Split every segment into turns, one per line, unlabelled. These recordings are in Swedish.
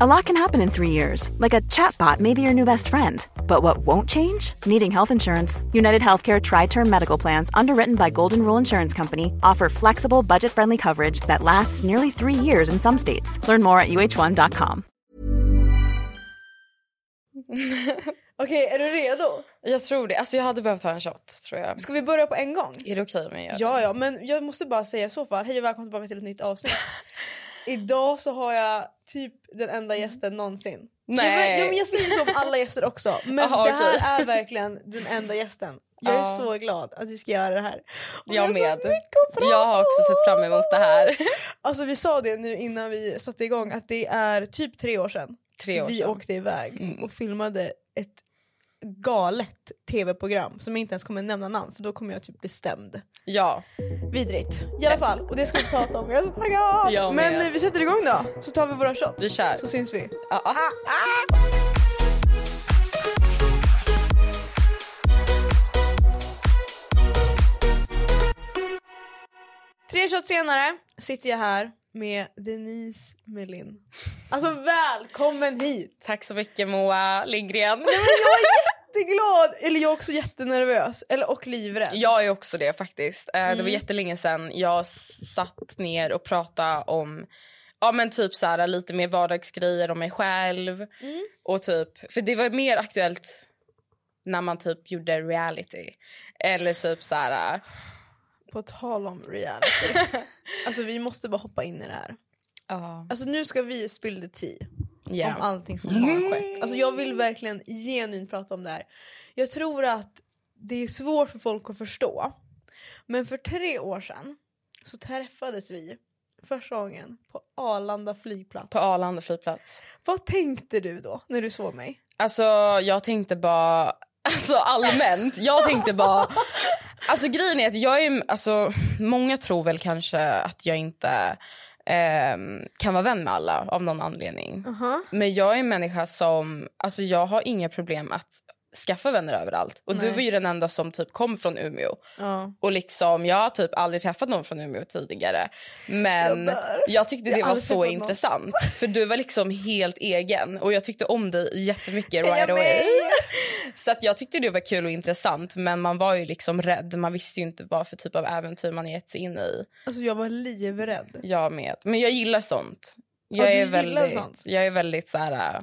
A lot can happen in three years, like a chatbot may be your new best friend. But what won't change? Needing health insurance. United Healthcare Tri Term Medical Plans, underwritten by Golden Rule Insurance Company, offer flexible, budget friendly coverage that lasts nearly three years in some states. Learn more at uh1.com.
Okej, är du redo?
Jag tror det. Alltså jag hade behövt ha en shot tror jag.
Ska vi börja på en gång?
Är det okej om jag gör
Ja, ja, men jag måste bara säga i så fall. Hej och välkommen tillbaka till ett nytt avsnitt. Idag så har jag typ den enda
Mm.
gästen någonsin. Ja, men, ja, men jag säger så om alla gäster också. Men
Aha,
det här
okej.
är verkligen den enda gästen. Jag är
Ja.
så glad att vi ska göra det här. Och
Jag
vi har så
med.
mycket att prata
Jag har också sett fram emot det här.
Alltså vi sa det nu innan vi satte igång att det är typ tre år sedan
Tre år
vi
sedan.
åkte iväg
Mm.
och filmade ett galet tv-program som jag inte ens kommer nämna namn för då kommer jag typ bli stämd.
Ja.
Vidrigt. I alla fall, och det ska vi prata om. Jag är så taggad!
Jag
Men
med.
eh, vi sätter igång då, så tar vi våra shots.
Vi kör.
Så syns vi.
Ja, ja.
Ah. Tre shots senare sitter jag här med Denise Melin. Alltså välkommen hit!
Tack så mycket Moa Lindgren.
Jag är glad! Eller jag är också jättenervös. Eller och livrädd.
Jag är också det faktiskt. Eh,
Mm.
Det var jättelänge sedan jag s- satt ner och pratade om ja, men typ så här, lite mer vardagsgrejer om mig själv.
Mm.
Och typ, för det var mer aktuellt när man typ gjorde reality. Eller typ så här...
På tal om reality. alltså vi måste bara hoppa in i det här.
Ja.
Alltså nu ska vi spill the tea. om
eh, ja.
allting som har skett. Alltså jag vill verkligen genuint prata om det här. Jag tror att det är svårt för folk att förstå. Men för tre år sedan så träffades vi första gången på Arlanda flygplats.
På Arlanda flygplats.
Vad tänkte du då när du såg mig?
Alltså jag tänkte bara, alltså allmänt, jag tänkte bara, alltså grejen är att jag är, alltså många tror väl kanske att jag inte ehm, kan vara vän med alla av någon anledning.
Aha.
Men jag är en människa som, alltså jag har inga problem att skaffa vänner överallt. Och du
Nej.
var ju den enda som typ kom från Umeå.
Ja.
Och liksom, jag har typ aldrig träffat någon från Umeå tidigare. Men
Jag
jag,
dör.
tyckte
Jag
det
har
var
aldrig
så
träffat någon.
intressant. För du var liksom helt egen. Och jag tyckte om dig jättemycket
Jag
right away.
med.
Så att jag tyckte det var kul och intressant. Men man var ju liksom rädd. Man visste ju inte vad för typ av äventyr man gett sig in i.
Alltså jag var livrädd.
Jag med. Men jag gillar sånt.
Ja,
Jag,
du
är,
gillar
väldigt,
sånt.
jag är väldigt så här... äh,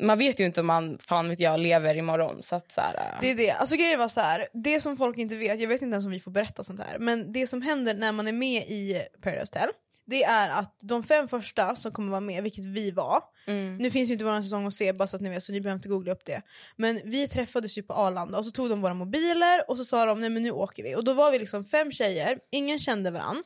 Man vet ju inte om man fan vet jag lever imorgon. Så att så här, äh,
Det är det. Alltså grejen var så här. det som folk inte vet, jag vet inte ens om vi får berätta sånt här, men det som händer när man är med i Paradise Hotel, det är att de fem första som kommer vara med, vilket vi var,
mm.
nu finns ju inte vår säsong att se bara så att ni vet så ni behöver inte googla upp det. Men vi träffades ju på Arlanda och så tog de våra mobiler och så sa de nej men nu åker vi. Och då var vi liksom fem tjejer, ingen kände varann.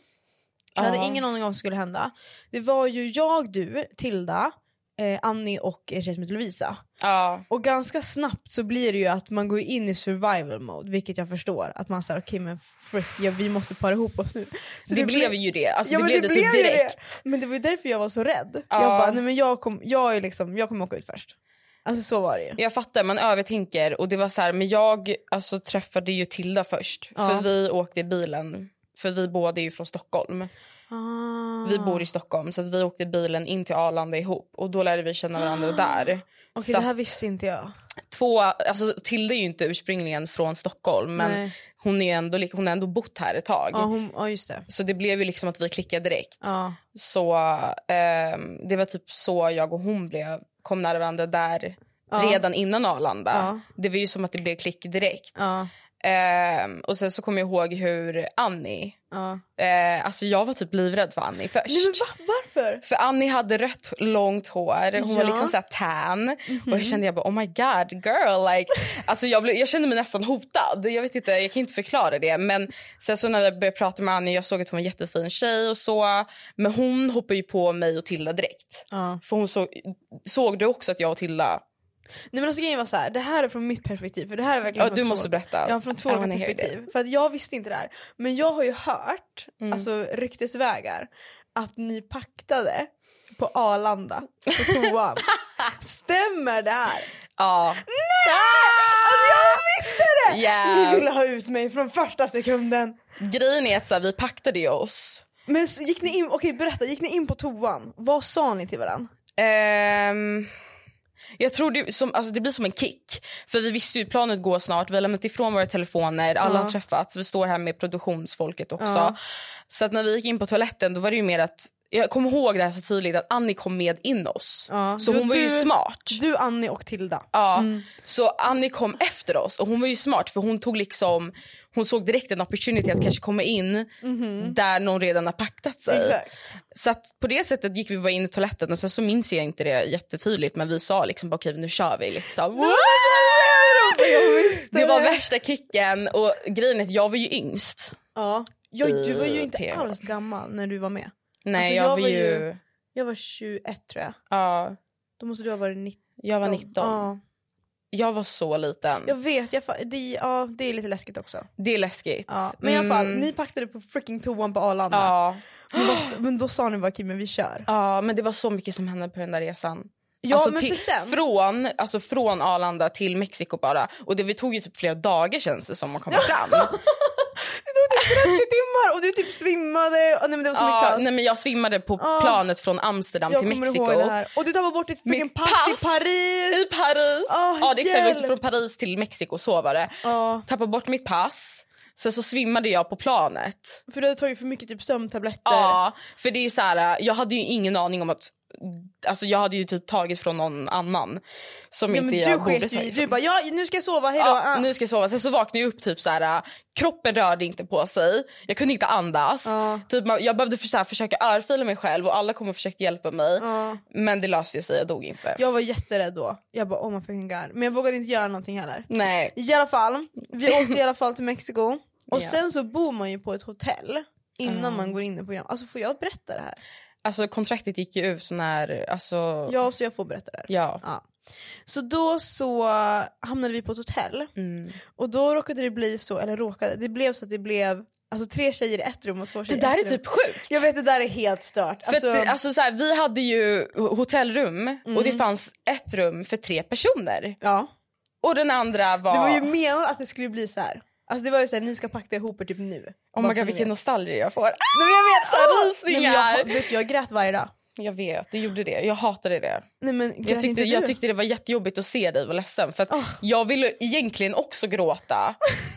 Jag hade
Ja.
ingen aning om vad som skulle hända. Det var ju jag, du, Tilda, eh, Annie och en tjej som heter Lovisa.
Ja,
Och ganska snabbt så blir det ju att man går in i survival mode, vilket jag förstår. Att man säger okej men frick, ja, vi måste para ihop oss nu. Så
det, blev ju det. Alltså,
Ja,
det
men
blev det,
det
typ
blev ju det.
direkt.
Men det var ju därför jag var så rädd.
Ja.
Jag bara, nej men jag, kom, jag, är liksom, jag kommer åka ut först. Alltså så var det ju.
Jag fattar, man övertänker. Och det var så här, men jag alltså, träffade ju Tilda först.
Ja.
För vi åkte i bilen. För vi båda är ju från Stockholm. Vi
Ah.
bor i Stockholm. Så att vi åkte bilen in till Arlanda ihop. Och då lärde vi känna
Ah.
varandra där.
Okej
så
det här visste inte jag.
två, alltså, Tilda är ju inte ursprungligen från Stockholm. Men
Nej.
hon, är ändå, lik- hon har ändå bott här ett tag.
Ja, hon, ja just det.
Så det blev ju liksom att vi klickade direkt.
Ja.
Så ehm, det var typ så jag och hon blev, kom nära varandra där
Ja.
redan innan Arlanda.
Ja.
Det var ju som att det blev klick direkt.
Ja.
Ehm, och sen så kommer jag ihåg hur Annie,
Ja.
eh, alltså jag var typ livrädd för Annie först.
Nej men va, varför?
För Annie hade rött långt hår, hon var
Ja. Mhm.
liksom såhär tan. Och jag kände jag bara oh my god girl. Like, alltså jag, blev, jag kände mig nästan hotad. Jag vet inte, jag kan inte förklara det. Men sen så när jag började prata med Annie, jag såg att hon var en jättefin tjej och så. Men hon hoppade ju på mig och Tilda direkt.
Ja.
För hon såg, såg du också att jag och Tilda,
Nej men alltså grejen var så här, det här är från mitt perspektiv. För det här är verkligen
ja
från
du
två-
måste berätta.
Ja, från två
I
olika
wanna hear
perspektiv. För att jag visste inte det här. Men jag har ju hört,
Mm.
alltså ryktesvägar, att ni paktade på Arlanda på toan. Stämmer det här?
Ja.
Nej! Alltså jag visste det!
Yeah.
Ni ville ha ut mig från första sekunden.
Grejen är att så här, vi paktade ju oss.
Men så gick ni in, okej berätta, gick ni in på toan? Vad sa ni till varandra?
Ehm, jag tror det, som, alltså det blir som en kick. För vi visste ju planet går snart, vi har lämnat ifrån våra telefoner, alla
Ja.
har träffats, vi står här med produktionsfolket också.
Ja.
Så att när vi gick in på toaletten då var det ju mer att, jag kommer ihåg det här så tydligt, att Annie kom med in oss.
Ja.
Så
Du-
hon var ju
du- Mm.
smart.
Du, Annie och Tilda.
Ja, så Annie kom efter oss och hon var ju smart för hon tog liksom hon såg direkt en opportunity att kanske komma in där någon redan har paktat sig.
Mhm. Exakt.
Så att på det sättet gick vi bara in i toaletten och sen så minns jag inte det jättetydligt men vi sa liksom bara, okej nu kör vi liksom. Det var värsta kicken och grejen är att jag var ju yngst.
Ja. Jag, du var ju inte
P1.
alls gammal när du var med.
Nej
Alltså,
jag, var, ju,
Jag var 21 tror jag.
ja,
Då måste du ha varit 19.
jag var Mm. 19.
Ja.
Jag var så liten.
Jag vet, jag, fa- det, ja, det är lite läskigt också.
Det är läskigt.
Ja. Men i alla fall,
Mm.
ni packade på freaking toan på Arlanda.
ja.
Men, då, men då sa ni bara okej men vi kör.
ja men det var så mycket som hände på den där resan.
Ja
alltså,
men
till,
för sen.
från, alltså från Arlanda till Mexiko bara. Och det vi tog ju typ flera dagar känns det som att komma fram.
Det tog typ 30 timmar och du typ svimmade. Och, nej men det var så mycket
ja,
kaos.
nej, men jag svimmade på
Ah.
planet från Amsterdam
jag
till
kommer
Mexiko.
ihåg det här. Och du tappade bort ditt freaking
Mitt
pass,
pass.
i Paris.
I Paris!
Ah,
ja, det är exakt. Jag
hjälp.
åkte från Paris till Mexiko och sov var det.
Ja,
Tappade bort mitt pass. Sen så svimmade jag på planet.
för du hade tagit för mycket typ sömntabletter.
Ja, för det är ju så här, jag hade ju ingen aning om att... Alltså jag hade ju typ tagit från någon annan. Som
Ja,
inte
men
jag
du
borde
sket ju
ta
i.
ifrån.
Du bara ja, nu ska jag sova, hejdå.
Ja,
Ah.
nu ska jag sova. Sen så vaknade jag upp typ så här. äh, kroppen rörde inte på sig. Jag kunde inte andas.
Ja.
Typ, man- jag behövde för, så här, försöka örfila mig själv och alla kom och försökte hjälpa mig.
Ja.
Men det löste ju sig, jag dog inte.
Jag var jätterädd då. Jag bara oh my fucking god. Men jag vågade inte göra någonting heller.
Nej.
I alla fall, vi åkte i alla fall till Mexiko. Och
Ja. Ah.
sen så bor man ju på ett hotell innan man går in i programmet. Alltså får jag berätta det här?
Alltså kontraktet gick ju ut när, alltså...
Ja, så jag får berätta det här.
ja.
Ja. Så då så eh, hamnade vi på ett hotell
Mm.
och då råkade det bli så, eller råkade, det blev så att det blev alltså tre tjejer i ett rum och två
Det
tjejer i
där är
ett rum.
typ sjukt.
Jag vet det där är helt stört.
För
Alltså,
att, det- alltså, så här, vi hade ju hotellrum och
Mm.
det fanns ett rum för tre personer.
ja.
Och den andra var...
Det var ju menat att det skulle bli så här. Alltså det var ju såhär, ni ska packa ihop er typ nu.
oh
Bara
my
så
god
ni
vilken
vet.
nostalgi jag får. Ah,
Nej, men jag vet!
Så här
åh!
rysningar.
Nej, men jag, vet, du, jag grät varje dag.
Jag vet, du gjorde det. Jag hatade det.
Nej, men, grät
Jag
inte
tyckte,
du?
jag tyckte det var jättejobbigt att se dig vara ledsen. För att
Ah.
Jag ville egentligen också gråta,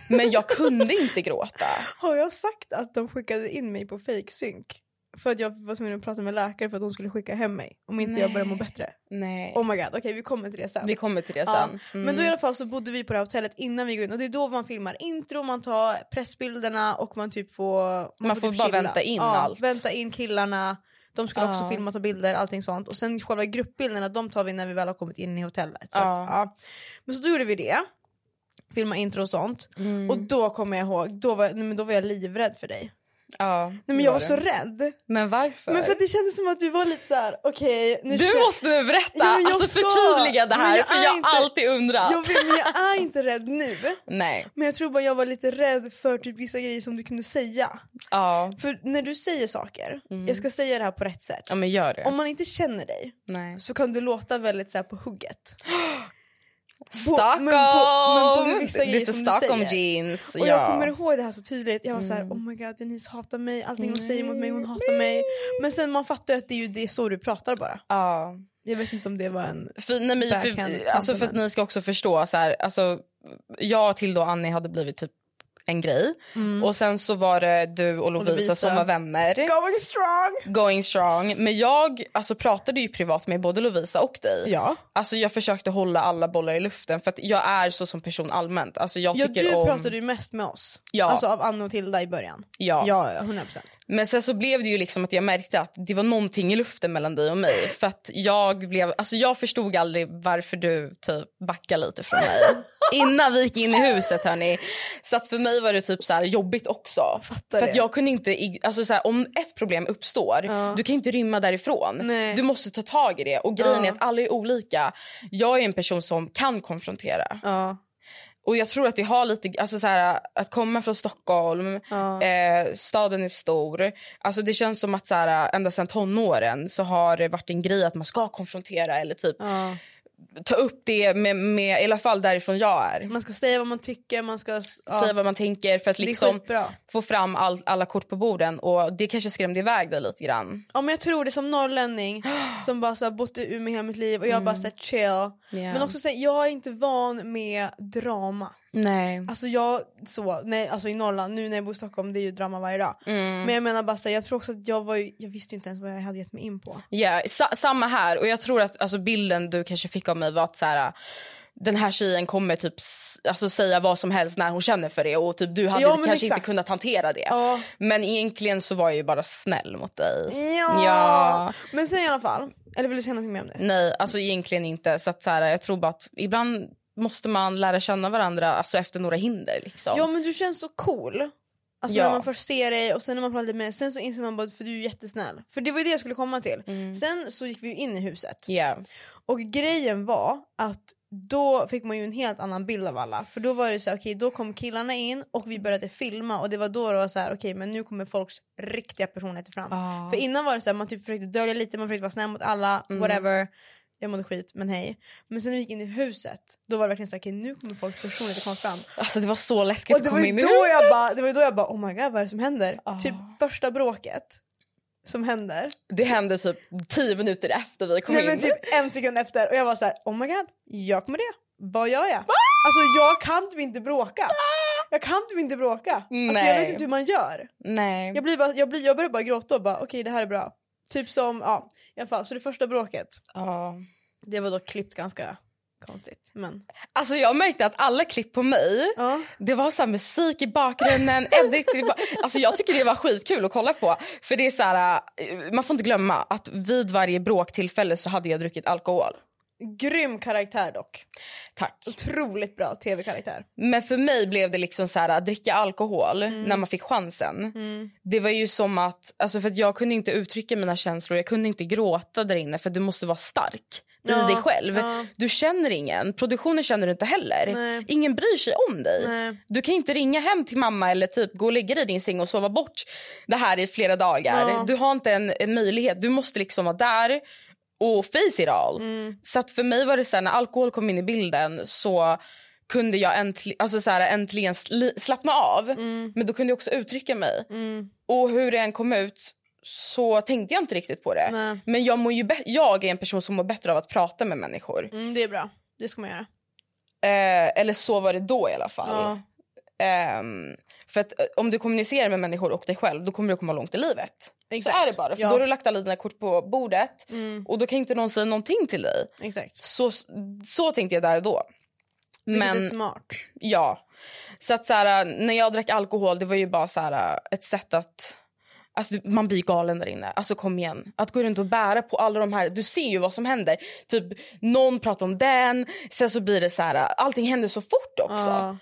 men jag kunde inte gråta.
Har jag sagt att de skickade in mig på fake synk? För att jag var tvungen att prata med läkare för att de skulle skicka hem mig om inte jag började må bättre.
Nej.
Oh my god, okej vi kommer till det sen.
Vi kommer till det
Ja.
sen.
Ah. Men då i alla fall så bodde vi på det här hotellet innan vi går in och det är då man filmar intro, man tar pressbilderna och man typ får... Man,
får
typ
bara
chilla.
vänta in
ja,
allt.
vänta in killarna. De skulle
Ja.
också filma, ta bilder, allting sånt. Och sen själva gruppbilderna, de tar vi när vi väl har kommit in i hotellet. Så
Ja.
Att, ja. Men så då gjorde vi det. Filma intro och sånt.
Mm.
Och då kommer jag ihåg, då var, nej, men då var jag livrädd för dig.
ja,
Nej, men
det
jag var
det.
så rädd.
Men varför?
Men för att det kändes som att du var lite så här: okej nu
du
kör-
måste nu berätta,
Ja, men jag
alltså
ska.
förtydliga det
Men
här
jag
för
är
jag har
inte-
alltid undrat.
jag, vet, men jag är inte rädd nu.
Nej.
Men jag tror bara jag var lite rädd för typ vissa grejer som du kunde säga.
Ja.
För när du säger saker, jag ska säga det här på rätt sätt.
Mm. ja, men gör det.
Om man inte känner dig
Nej.
så kan du låta väldigt så här på hugget.
Stockholm!
men på- men på vissa grejer
det står
som du
Stockholm
säger.
jeans.
Och
Alltså, ja. Mm.
jag kommer ihåg det här så tydligt. Jag var så här, oh my god Denise hatar mig, allting hon säger mot mig, hon hatar mig. Men sen man fattar ju att det är ju det så du pratar bara.
ja.
Jag vet inte om det var en...
För, nej, men,
Backhand
för, alltså, för att
compliment.
ni ska också förstå, så här, alltså, jag till då Annie hade blivit typ en grej. Och sen så var det du och Lovisa,
Mm. Lovisa.
som var vänner.
Going strong!
Going strong. Men jag alltså, pratade ju privat med både Lovisa och dig.
Ja.
Alltså, jag försökte hålla alla bollar i luften för att jag är så som person allmänt. Alltså, jag
Ja,
tycker
du
om...
pratade ju mest med oss.
Ja.
Alltså av Anna och Tilda i början.
Ja.
Ja, ja, 100%.
Men sen så blev det ju liksom att jag märkte att det var någonting i luften mellan dig och mig. För att jag blev, alltså jag förstod aldrig varför du typ backade lite från mig. Innan vi gick in i huset hörni. Så att för mig var det typ så här jobbigt också.
Fattar
för att
det.
jag kunde inte, ig- alltså så här, om ett problem uppstår, du kan inte rymma därifrån.
Nej.
Du måste ta tag i det. Och grejen
Ja.
är att alla är olika. Jag är en person som kan konfrontera.
Ja.
Och jag tror att det har lite, alltså så här, att komma från Stockholm,
Ja.
eh, staden är stor. Alltså det känns som att så här, ända sedan tonåren så har det varit en grej att man ska konfrontera eller typ
ja.
ta upp det med, med i alla fall därifrån jag är.
Man ska säga vad man tycker, man ska... s- Mm. Ja,
Säga vad man tänker för att liksom
Det är skitbra.
få fram all, alla kort på borden och det kanske skrämde iväg dig lite grann.
Ja men jag tror det som norrlänning som bara så här, bott i Umeå hela mitt liv och jag bara såhär chill. Men också så här, jag är inte van med drama.
Nej.
Alltså jag så, nej, alltså i Norrland, nu när jag bor i Stockholm det är ju drama varje dag. Men jag menar bara så här, jag tror också att jag var ju, jag visste ju inte ens vad jag hade gett mig in på.
Ja, sa- samma här. Och jag tror att alltså, bilden du kanske fick av mig var att så här, den här tjejen kommer typ s- alltså, säga vad som helst när hon känner för det och typ, du hade
Ja, men
kanske inte
exakt.
kunnat hantera det.
Ja.
Men egentligen så var jag ju bara snäll mot dig.
Ja.
Ja.
Men sen i alla fall, eller vill du säga något mer om det?
Nej, alltså egentligen inte. Så att, så här, jag tror bara att ibland måste man lära känna varandra alltså, efter några hinder. Liksom.
Ja men du känns så cool. Alltså
Ja.
när man först ser dig och sen när man pratar lite med dig, sen så inser man bara för du är jättesnäll. För det var ju det jag skulle komma till. Sen så gick vi ju in i huset.
Ja.
Och grejen var att då fick man ju en helt annan bild av alla. För då var det så här, okej då kom killarna in och vi började filma och det var då det var så här, okej men nu kommer folks riktiga personligheter fram.
Ah. Mm.
För innan var det så här, man typ försökte dölja lite, man försökte vara snäll mot alla, whatever. Jag mådde skit, men hej. Men sen när vi gick in i huset, då var det verkligen så här, okej nu kommer folks personligheter komma fram.
Alltså, det var så läskigt
Och
att
det var,
komma
ju
in i
då
huset.
jag bara, det var ju då jag bara, oh my god vad är det som händer?
Ah.
Typ första bråket som händer.
Det hände typ tio minuter efter vi kom
Nej
in.
men typ en sekund efter och jag var så här: oh my god, jag kommer det. Vad gör jag? Alltså jag kan typ inte bråka. Jag kan typ inte bråka. Alltså jag
Nej.
vet inte hur man gör.
Nej.
Jag, blir bara, jag, blir, jag börjar bara gråta och bara okej det här är bra. Typ som, ja i alla fall. Så det första bråket,
Ja.
det var då klippt ganska konstigt. Men
Alltså jag märkte att alla klipp på mig,
ja.
det var så här musik i bakgrunden, edit. i ba- Alltså jag tycker det var skitkul att kolla på. För det är så här, eh, man får inte glömma att vid varje bråktillfälle så hade jag druckit alkohol.
Grym karaktär dock.
Tack.
Otroligt bra tv-karaktär.
Men för mig blev det liksom så här att dricka alkohol
Mm.
när man fick chansen. Det var ju som att, alltså för att jag kunde inte uttrycka mina känslor, jag kunde inte gråta där inne för du måste vara stark
Ja,
i dig själv.
ja.
Du känner ingen, produktionen känner du inte heller.
Nej.
Ingen bryr sig om dig.
Nej.
Du kan inte ringa hem till mamma eller typ gå och lägga dig i din säng och sova bort det här i flera dagar.
Ja.
Du har inte en, en möjlighet. Du måste liksom vara där och face it all.
Mm.
Så att för mig var det så här, när alkohol kom in i bilden så kunde jag äntli- alltså så här, äntligen sli- slappna av.
Mm.
Men då kunde jag också uttrycka mig. Och hur det än kom ut så tänkte jag inte riktigt på det.
Nej.
Men jag, mår ju bä- jag är en person som mår bättre av att prata med människor.
Mm, det är bra, det ska man göra.
Eh, eller så var det då i alla fall.
Ja.
Ehm, för att eh, om du kommunicerar med människor och dig själv då kommer du komma långt i livet.
Exakt.
Så är det bara. För
Ja. Mm.
Då har du lagt alla dina kort på bordet och då kan inte någon säga någonting till dig.
Exakt.
Så, så tänkte jag där och då.
Men... Vilket är
Men
smart.
ja. Så att så här, eh, när jag drack alkohol det var ju bara så här, eh, ett sätt att Alltså, du- man blir galen där inne. Alltså kom igen. Att gå runt och bära på alla de här. Du ser ju vad som händer. Typ någon pratar om den. Sen så blir det så här. eh, Allting händer så fort också.
Ja.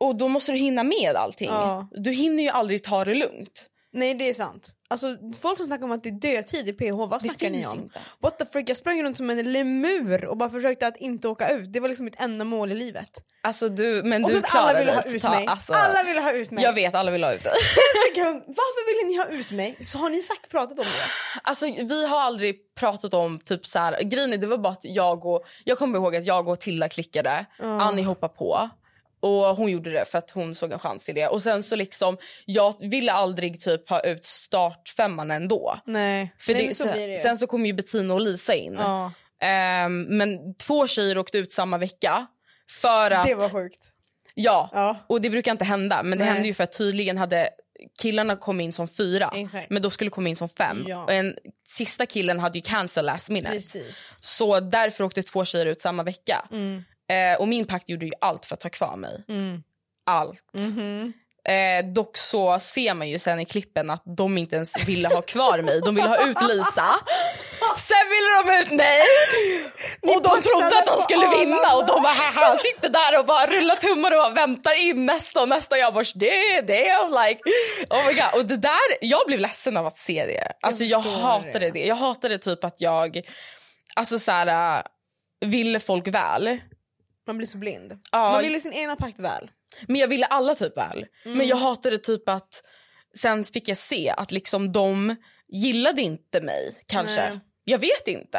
Och då måste du hinna med allting.
Ja.
Du hinner ju aldrig ta det lugnt.
Nej det är sant. Alltså folk som snackar om att det är dödtid i PH, vad
Det
snackar ni
finns
om?
inte.
What the freak, jag sprang runt som en lemur och bara försökte att inte åka ut. Det var liksom mitt enda mål i livet.
Alltså du, men
Och
du
typ alla
klarade
ville ha
att
ut
ta-
mig.
Alltså,
Alla ville ha ut mig.
Jag vet, alla vill ha ut dig.
En sekund, Varför ville ni ha ut mig? Så har ni sagt pratat om det?
Alltså vi har aldrig pratat om typ så här. Grejen är, det var bara att jag och, jag kommer ihåg att jag och Tilla klickade. Annie hoppade på. Och hon gjorde det för att hon såg en chans i det. Och sen så liksom, jag ville aldrig typ ha ut startfemman ändå.
Nej.
För
Nej
det,
men så
sen,
blir det ju.
sen så kom ju Bettina och Lisa in.
ja.
Ehm, men två tjejer åkte ut samma vecka. För att,
Det var sjukt.
ja,
Ja.
och det brukar inte hända. Men det
Nej.
hände ju för att tydligen hade killarna kommit in som fyra.
Exakt.
Men då skulle komma in som fem.
Ja.
Och en, sista killen hade ju cancer last minute.
Precis. Mm,
Så därför åkte två tjejer ut samma vecka. Eh, och min pakt gjorde ju allt för att ta kvar mig. Allt.
mhm.
Eh, dock så ser man ju sen i klippen att de inte ens ville ha kvar mig. De ville ha ut Lisa. Sen ville de ut mig. Och de trodde att de skulle vinna och de bara haha, han sitter där och bara rullar tummar och bara väntar in nästa och nästa. Jag bara det, det I'm like oh my god. Och det där, jag blev ledsen av att se det. Alltså jag,
förstår
hatade
det.
det. Jag hatade typ att jag, alltså så här äh, ville folk väl.
Man blir så blind.
Ja.
Man ville sin egna pakt väl.
Men jag ville alla typ väl. Men jag hatade typ att sen fick jag se att liksom de gillade inte mig kanske.
Nej.
Jag vet inte.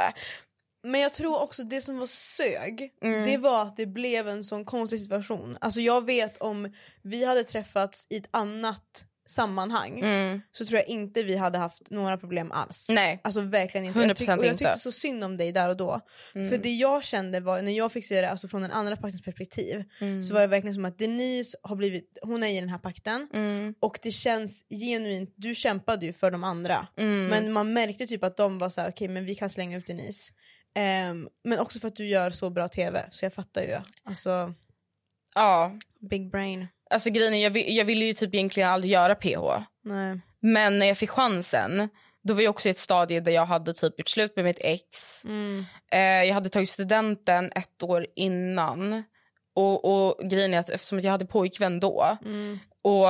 Men jag tror också det som var sög, det var att det blev en sån konstig situation. Alltså jag vet om vi hade träffats i ett annat sammanhang
Mm.
så tror jag inte vi hade haft några problem alls.
Nej.
Alltså verkligen inte. Jag,
100%
tyck- och jag tyckte
inte.
så synd om dig där och då. För det jag kände var, när jag fick se det alltså från den andra paktens perspektiv, så var det verkligen som att Denise har blivit, hon är i den här pakten
Mm.
och det känns genuint, du kämpade ju för de andra.
Mm.
Men man märkte typ att de var så här: okej men vi kan slänga ut Denise. Ehm, men också för att du gör så bra TV, så jag fattar ju. Alltså,
Ja.
big brain.
Alltså grejen är, jag, vi- jag ville ju typ egentligen aldrig göra PH.
Nej.
Men när jag fick chansen, då var jag också i ett stadie där jag hade typ gjort slut med mitt ex.
Mm.
Eh, jag hade tagit studenten ett år innan. Och, och grejen är att eftersom att jag hade pojkvän då.
Mm.
Och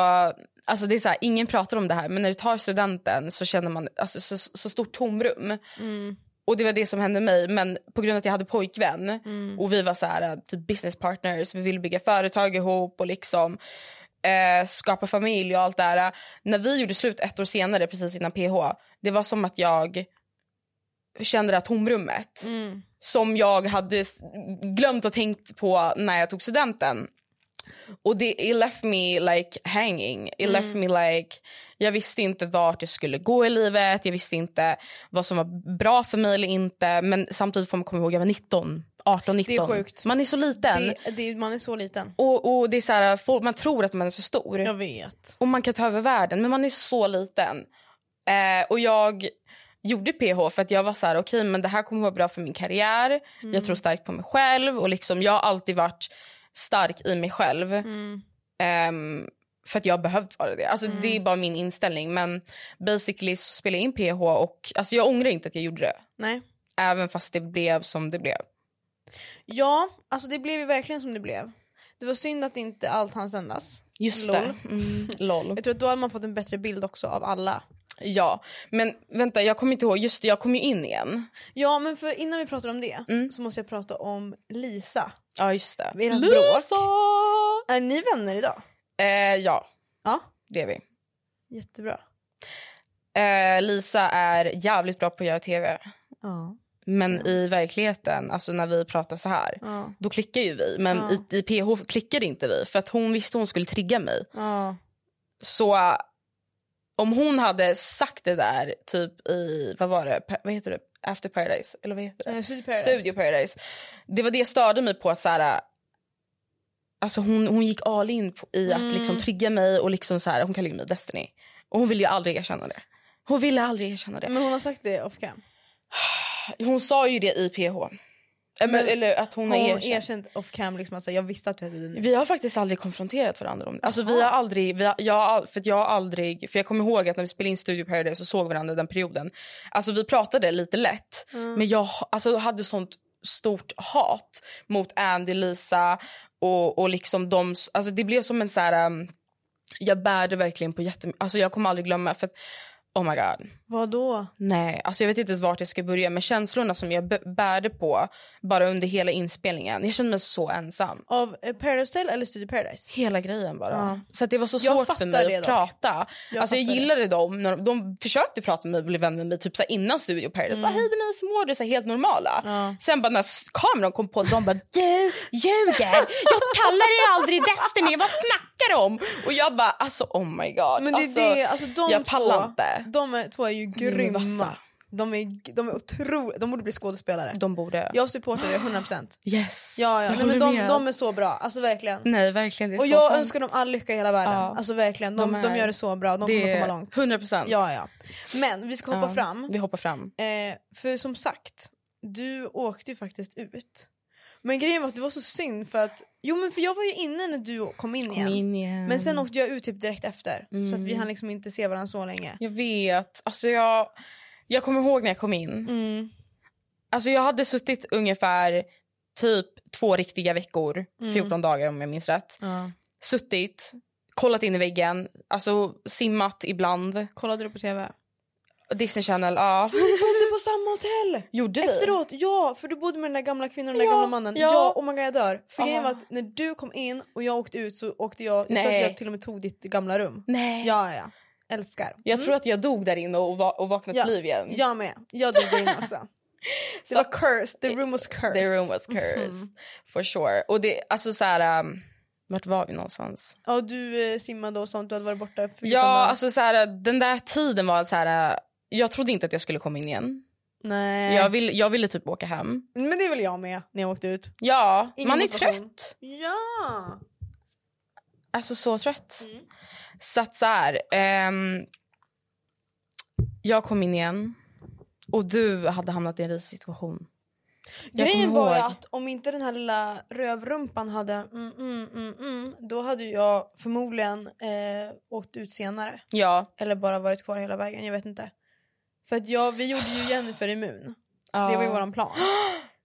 alltså det är så här, ingen pratar om det här men när du tar studenten så känner man alltså, så, så stort tomrum.
Mm.
Och det var det som hände mig men på grund av att jag hade pojkvän
Mm.
och vi var så här, typ business partners, vi ville bygga företag ihop och liksom eh, skapa familj och allt det där. När vi gjorde slut ett år senare, precis innan PH, det var som att jag kände det här tomrummet
Mm.
som jag hade s- glömt och tänkt på när jag tog studenten. Och det it left me like hanging. It
Mm.
left me like, jag visste inte vart jag skulle gå i livet. Jag visste inte vad som var bra för mig eller inte. Men samtidigt får man komma ihåg jag var 19, 18, 19.
sjukt.
Man är så liten.
Det, det, man är så liten.
Och, och det är så här, folk, man tror att man är så stor
Jag vet.
och man kan ta över världen men man är så liten. Eh, och jag gjorde PH för att jag var så här okej men det här kommer vara bra för min karriär. Jag
Mm.
tror starkt på mig själv och liksom jag har alltid varit stark i mig själv.
Mm.
Ehm, för att jag har behövt vara det. Alltså det är bara min inställning men basically så spelade jag in PH och alltså jag ångrar inte att jag gjorde det.
Nej.
Även fast det blev som det blev.
Ja, alltså det blev ju verkligen som det blev. Det var synd att inte allt hann sändas.
Just
Lol.
det. Mm, lol.
Jag tror att då hade man fått en bättre bild också av alla.
Ja men vänta jag kommer inte ihåg, just det jag kom ju in igen.
Ja men för innan vi pratar om det
Mm.
så måste jag prata om Lisa.
Ja just det.
Era
Lisa!
Är ni vänner idag?
Eh, ja,
Ja,
det är vi.
jättebra.
Eh, Lisa är jävligt bra på att göra tv.
Ja.
Men i verkligheten, alltså när vi pratar så här,
Ja.
då klickar ju vi. Men
Ja.
i, i PH klickade inte vi för att hon visste hon skulle trigga mig.
ja.
Så eh, om hon hade sagt det där typ i, vad var det, Pa- vad heter det, After Paradise? Eller vad heter det?
Eh, Studio Paradise.
Studio Paradise. Det var det jag störde mig på att så här. Alltså hon, hon gick all in på, i att
Mm.
liksom trigga mig och liksom så här, hon kallar ju mig Destiny. Och hon ville ju aldrig erkänna det. Hon ville aldrig erkänna det.
Men hon har sagt det off cam.
Hon sa ju det i PH. Men,
Men-
Eller att hon,
Hon har
har erkänt.
erkänt off cam liksom att säga, jag visste att du hette Denise.
Vi har faktiskt aldrig konfronterat varandra om det. Alltså vi
Jaha.
har aldrig, vi har, jag har, all- för att jag har aldrig, för jag kommer ihåg att när vi spelade in Studio Paradise så såg vi varandra den perioden. Alltså vi pratade lite lätt. Men jag alltså, hade sånt stort hat mot Andy, Lisa och, och liksom de, s- alltså det blev som en så här, um, jag bärde verkligen på jättemycket, alltså jag kommer aldrig glömma för att Oh my god.
Vad då?
Nej, alltså jag vet inte ens vart jag ska börja. Men känslorna som jag b- bärde på bara under hela inspelningen. Jag kände mig så ensam.
Av eh, Paradise Hotel eller Studio Paradise?
Hela grejen bara.
Ja.
Så att det var så
Jag
svårt för
fattar
mig
det
att
dock.
prata.
Jag
alltså jag
fattar det.
gillade dem. När de, de försökte prata med mig och bli vän med mig typ så här innan Studio Paradise. Bara, Hej Denise, hur mår du? Så här, helt normala.
Mm. Ja.
Sen bara när s- kameran kom på de bara du ljuger. Jag kallar dig aldrig Destiny. Vad snackar du om? Och jag bara alltså oh my god.
Men det är
alltså,
det, alltså de
jag
två,
pallar inte.
De är, två är ju
är
grymma.
vassa.
De är, de är otro, de borde bli skådespelare.
De borde.
Jag supportar det 100%.
Yes.
Ja, ja. Nej, men
håller
de,
med.
de är så bra, alltså verkligen.
Nej verkligen det är
Och
så
jag
sant.
önskar dem all lycka i hela världen.
Ja.
Alltså verkligen, de,
De
de,
är-
gör det så bra, de
det
kommer
är
komma långt.
100%.
Ja, ja. Men vi ska hoppa
Ja,
fram.
Vi hoppar fram.
Eh, för som sagt, du åkte ju faktiskt ut. Men grejen var att det var så synd för att, jo men för jag var ju inne när du kom in igen.
Kom in igen.
Men sen åkte jag ut typ direkt efter så att vi
Mm.
hann liksom inte se varandra så länge.
Jag vet. Alltså jag, jag kommer ihåg när jag kom in.
Mm,
Alltså jag hade suttit ungefär typ två riktiga veckor,
Mm.
14 dagar om jag minns rätt.
ja.
Suttit, kollat in i väggen, alltså simmat ibland.
Kollade du på tv?
Disney Channel, ja.
Vi bodde på samma hotell!
Gjorde vi?
Efteråt, ja! För du bodde med den där gamla kvinnan och den där
Typ. Ja,
gamla mannen. Ja.
ja.
oh my god jag dör. För
Ah.
grejen var att när du kom in och jag åkte ut så åkte jag, jag tror
Nej.
att jag till och med tog ditt gamla rum.
Nej.
Ja ja, älskar. Mm.
Jag tror att jag dog där inne och, va- och vaknade
Ja.
till liv igen.
Jag med, jag dog in också. Det var cursed, the room was cursed.
The room was cursed. For sure. Och det, alltså så här, um, vart var vi någonstans?
Ja, du eh, simmade och sånt, du hade varit borta. för typ
Ja,
fjorton dagar.
alltså så här, den där tiden var så här, uh, jag trodde inte att jag skulle komma in igen.
Nej.
Jag, vill, jag ville typ åka hem.
Men det vill jag med när jag åkte ut.
Ja,
Ingen
man är
motivation.
trött.
Ja!
Alltså så trött.
Mm.
Så att så här, ehm, jag kom in igen och du hade hamnat i en risig situation. Jag
Grejen
kommer
var ju
ihåg.
att om inte den här lilla rövrumpan hade mm, mm, mm, mm, då hade ju jag förmodligen eh, åkt ut senare.
Ja.
Eller bara varit kvar hela vägen, jag vet inte. För att jag, vi gjorde ju Jennifer immun. Det var ju
Ja.
våran plan.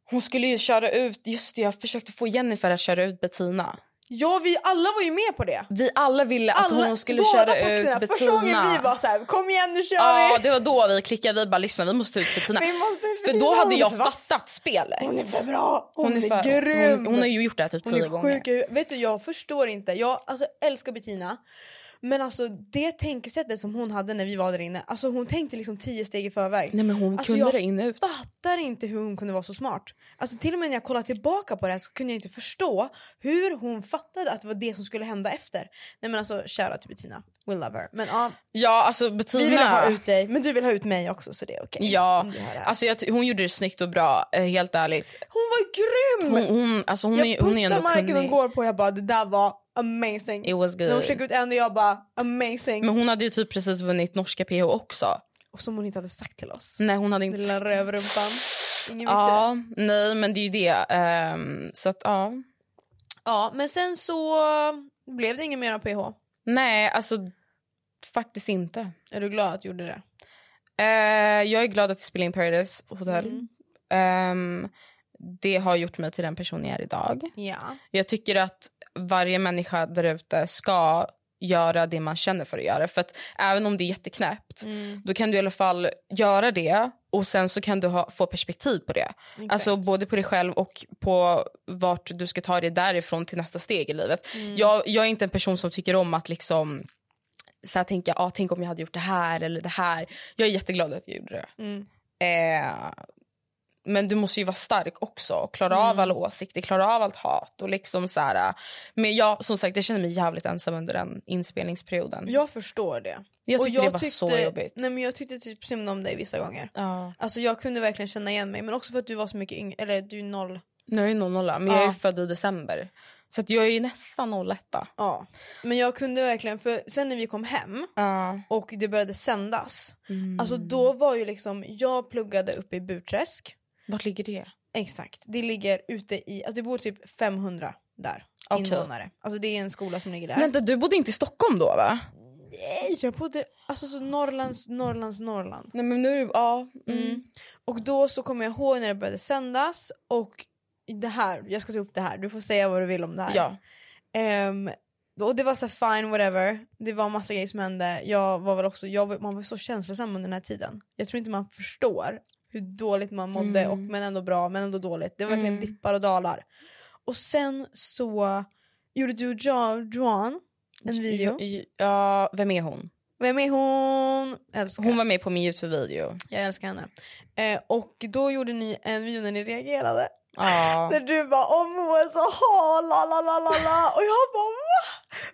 Hon skulle ju köra ut, just det jag försökte få Jennifer att köra ut Bettina.
Ja, vi alla var ju med på det.
Vi alla ville att
Alla-
hon skulle
båda
köra
partierna.
ut
Första gången vi
Bettina.
var såhär, kom igen nu kör
Ja,
vi!
det var då vi klickade, vi bara lyssna vi måste ta ut Bettina.
Vi måste
För
fira,
då hade
hon är
jag
för vass.
fattat spelet.
Hon är för bra, hon, är,
för-
grym!
Hon, hon har ju gjort det här typ
Hon
tio
är
gånger.
sjuk i huvudet. Vet du, jag förstår inte. Jag alltså, älskar Bettina. Men alltså det tänkesättet som hon hade när vi var där inne. Alltså hon tänkte liksom tio steg i förväg.
Nej men hon
Alltså,
kunde
jag-
det in och ut.
Jag fattar inte hur hon kunde vara så smart. Alltså till och med när jag kollar tillbaka på det här så kunde jag inte förstå hur hon fattade att det var det som skulle hända efter. Nej men alltså kära till Bettina. We love her. Men ja,
Ja alltså
vi vill ha
Bettina.
ut dig. Men du vill ha ut mig också så det är okej.
Ja,
om du hör det här.
alltså jag, ty- hon gjorde det snyggt och bra, eh, helt ärligt.
hon var grym!
Hon, hon, alltså hon, är,
jag
hon är
pussar
ändå
marken hon
kunnig.
går på och jag bara det där var amazing.
It was
När hon
good.
skickade ut en och jag bara amazing.
Men hon hade ju typ precis vunnit norska PH också.
Och som hon inte hade sagt till oss.
Nej hon hade Mm, inte
Lilla
sagt det.
rövrumpan. Ingen visste det.
Ja, nej men det är ju det. Ehm, så att ja.
Ja, men sen så blev det ingen mer av PH.
Nej alltså faktiskt inte.
Är du glad att du gjorde det?
Eh, jag är glad att jag spelade in Paradise Hotel.
Mm.
Ehm, det har gjort mig till den person jag är idag.
Ja.
Jag tycker att varje människa där ute ska göra det man känner för att göra. För att även om det är jätteknäppt
Mm.
då kan du i alla fall göra det och sen så kan du ha, få perspektiv på det. Alltså både på dig själv och på vart du ska ta dig därifrån till nästa steg i livet. Jag, jag är inte en person som tycker om att liksom så här tänka, ah, tänk om jag hade gjort det här eller det här. Jag är jätteglad att jag gjorde det.
Mm.
Eh, men du måste ju vara stark också och klara av alla åsikter, klara av allt hat. Och liksom så här, eh, men jag, som sagt, jag känner mig jävligt ensam under den inspelningsperioden.
Jag förstår det.
jag
Och
tyckte det var så jobbigt.
Nej, men jag tyckte typ synd om dig vissa gånger.
ja.
Alltså jag kunde verkligen känna igen mig men också för att du var så mycket yngre, eller du är noll.
Nu är jag ju 00, men jag är
Ja.
ju född i december. Så att jag är ju nästan 01.
Ja. Men jag kunde verkligen, för sen när vi kom hem
Ja.
och det började sändas.
Mm.
Alltså då var ju liksom, jag pluggade uppe i Burträsk.
Vart ligger det?
Exakt. Det ligger ute i, alltså det bor typ 500 där.
Okej.
Invånare. Alltså det är en skola som ligger där.
Vänta, du bodde inte i Stockholm då va?
nej, jag bodde, alltså så Norrlands, Norrlands, Norrland.
Nej men nu är det, ja. Mm.
Och då så kommer jag ihåg när det började sändas och det här, jag ska ta upp det här, du får säga vad du vill om det här.
Ja.
Ehm, och det var så här, fine whatever, det var massa grejer som hände. Jag var väl också, jag, var- man var så känslosam under den här tiden. Jag tror inte man förstår hur dåligt man mådde,
Mm.
och, men ändå bra, men ändå dåligt. Det var verkligen
Mm.
dippar och dalar. Och sen så gjorde du och Ja- Joan en video.
J- Ja, vem är hon?
Vem är hon? Älskar.
Hon var med på min Youtube-video.
Jag älskar henne. Eh, och då gjorde ni en video när ni reagerade.
Ja.
Där du bara om OS, aha, la la la la la och jag bara va?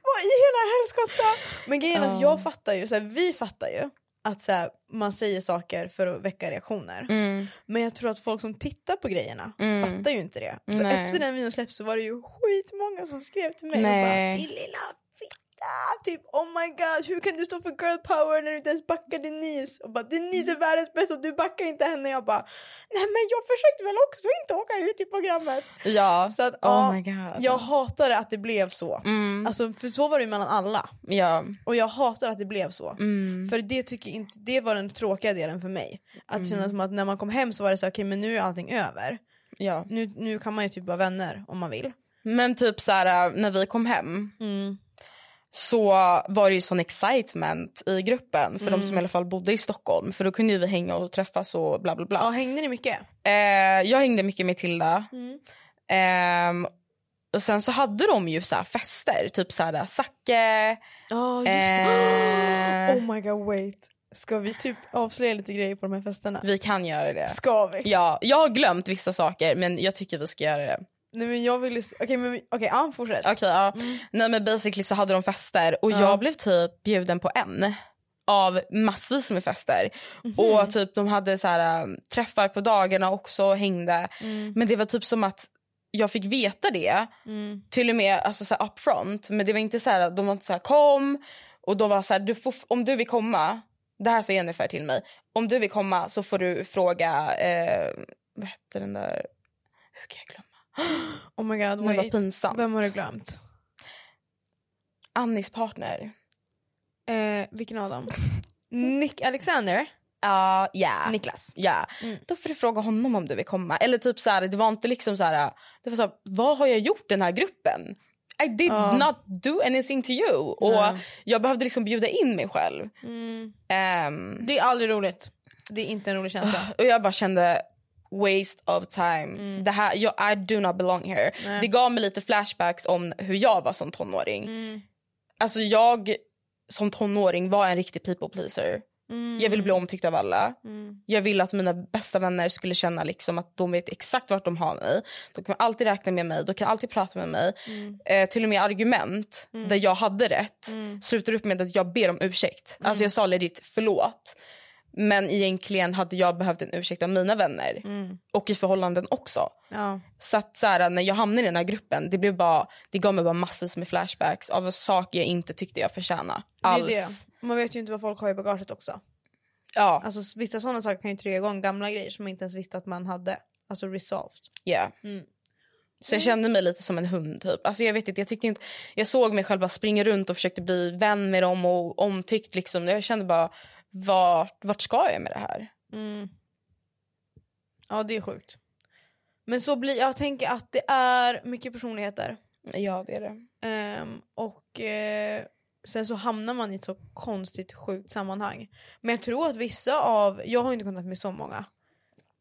Vad i hela helskotta? Men grejen är att
Ja.
jag fattar ju, så här, vi fattar ju att så här, man säger saker för att väcka reaktioner.
Mm.
Men jag tror att folk som tittar på grejerna
Mm.
fattar ju inte det. Så
Nej.
efter den videon släpps så var det ju skitmånga som skrev till mig och bara
Nej.
din lilla fitta! Typ oh my god hur kan du stå för girl power när du inte ens backar Denise? Och bara Denise är världens bästa och du backar inte henne. Jag bara nej men jag försökte väl också inte åka ut i programmet.
Ja.
Så att, ja,
Oh my god.
jag hatade att det blev så.
Mm.
Alltså, för så var det ju mellan alla.
Ja.
Och jag hatar att det blev så.
Mm.
För det, tycker inte, det var den tråkiga delen för mig. Att känna som att när man kom hem så var det så okej men nu är allting över.
ja.
Nu, nu kan man ju typ vara vänner om man vill.
Men typ så här när vi kom hem så var det ju sån excitement i gruppen för
Mm.
de som i alla fall bodde i Stockholm för då kunde ju vi hänga och träffas och bla bla bla.
Ja, hängde ni mycket?
Eh, jag hängde mycket med Tilda.
Mm.
Ehm, och sen så hade de ju så äh, här fester, typ så här Zacke.
Ja
Eh.
Oh my god wait. Ska vi typ avslöja lite grejer på de här festerna?
Vi kan göra det.
Ska vi?
Ja, jag har glömt vissa saker men jag tycker vi ska göra det.
Nej men jag vill ju... Okej men vi- okej, ja fortsätt.
Okej, ja. Nej men basically så hade de fester och
Mm. Ja.
jag blev typ bjuden på en av massvis med fester.
Mhm.
Och typ de hade så här, äh, träffar på dagarna också och hängde.
Mm.
Men det var typ som att jag fick veta det
Mm.
till och med alltså så här upfront. Men det var inte så här, de var inte så här kom och de var så här, du får, om du vill komma, det här sa Jennifer till mig. Om du vill komma så får du fråga, eh, vad hette den där, hur kan jag glömma?
Oh my god
Men vad
wait.
pinsamt.
Vem har du glömt?
Annis partner.
Eh, vilken av dem? Nick Alexander?
Ja, ja.
Niklas.
Ja,
Mm.
då får du fråga honom om du vill komma. Eller typ så här, det var inte liksom så här, det var så här, vad har jag gjort den här gruppen? I did
Ja.
not do anything to you. Och
Nej.
jag behövde liksom bjuda in mig själv.
Mm.
Ehm,
Det är aldrig roligt. Det är inte en rolig känsla.
och jag bara kände waste of time. Det här, jag, I do not belong here.
Mm. Nej.
Det gav mig lite flashbacks om hur jag var som tonåring.
Mm.
Alltså jag som tonåring var en riktig people pleaser.
Mm.
Jag ville bli omtyckt av alla.
Mm.
Jag ville att mina bästa vänner skulle känna liksom att de vet exakt vart de har mig. De kan alltid räkna med mig, de kan alltid prata med mig.
Mm.
Eh, till och med argument där jag hade rätt
Mm.
slutar upp med att jag ber om ursäkt. Alltså jag sa legit förlåt. Men egentligen hade jag behövt en ursäkt av mina vänner
Mm.
och i förhållanden också.
Ja.
Så att så här, när jag hamnade i den här gruppen det, blev bara, det gav mig bara massor med flashbacks av saker jag inte tyckte jag förtjänade
Det är
alls.
det. Man vet ju inte vad folk har i bagaget också.
Ja,
Alltså s- vissa sådana saker kan ju trigga igång gamla grejer som man inte ens visste att man hade. Alltså resolved.
yeah.
Mm.
Så jag kände mig lite som en hund typ. Alltså jag vet inte, jag tyckte inte, jag såg mig själv bara springa runt och försökte bli vän med dem och omtyckt liksom. Jag kände bara, vart, vart ska jag med det här?
Mm. Ja det är sjukt. Men så blir, jag tänker att det är mycket personligheter.
Ja det är det.
Ehm, och eh, sen så hamnar man i ett så konstigt sjukt sammanhang. Men jag tror att vissa av, jag har ju inte kontakt med så många.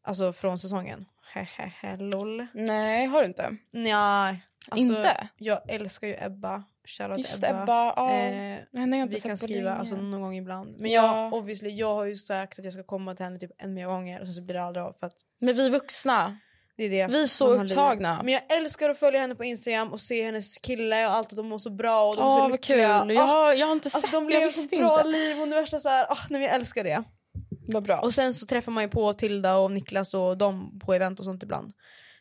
Alltså från säsongen. Hehehe lol.
Nej, har du inte?
Nej. Alltså,
Inte?
Jag älskar ju Ebba. Shoutout
Just
till Ebba.
Ebba, ja.
Eh,
Henne har jag inte
vi
sett
kan
på
skriva
länge.
alltså, någon gång ibland. Men
Ja.
jag, obviously, jag har ju sagt att jag ska komma till henne typ en mer gånger och sen så blir det aldrig av för att
Men vi vuxna,
det är det.
vi är
man
så
har liv.
upptagna.
Men jag älskar att följa henne på Instagram och se hennes kille och allt att de mår så bra och de är
Åh
så
vad
lyckliga.
kul,
Ah,
jag, har- jag har inte
Alltså
sett,
de
jag
lever så
visste
bra
inte.
liv och nu är så här, ah, nej, men jag älskar det.
Vad bra.
Och sen så träffar man ju på Tilda och Niklas och dem på event och sånt ibland.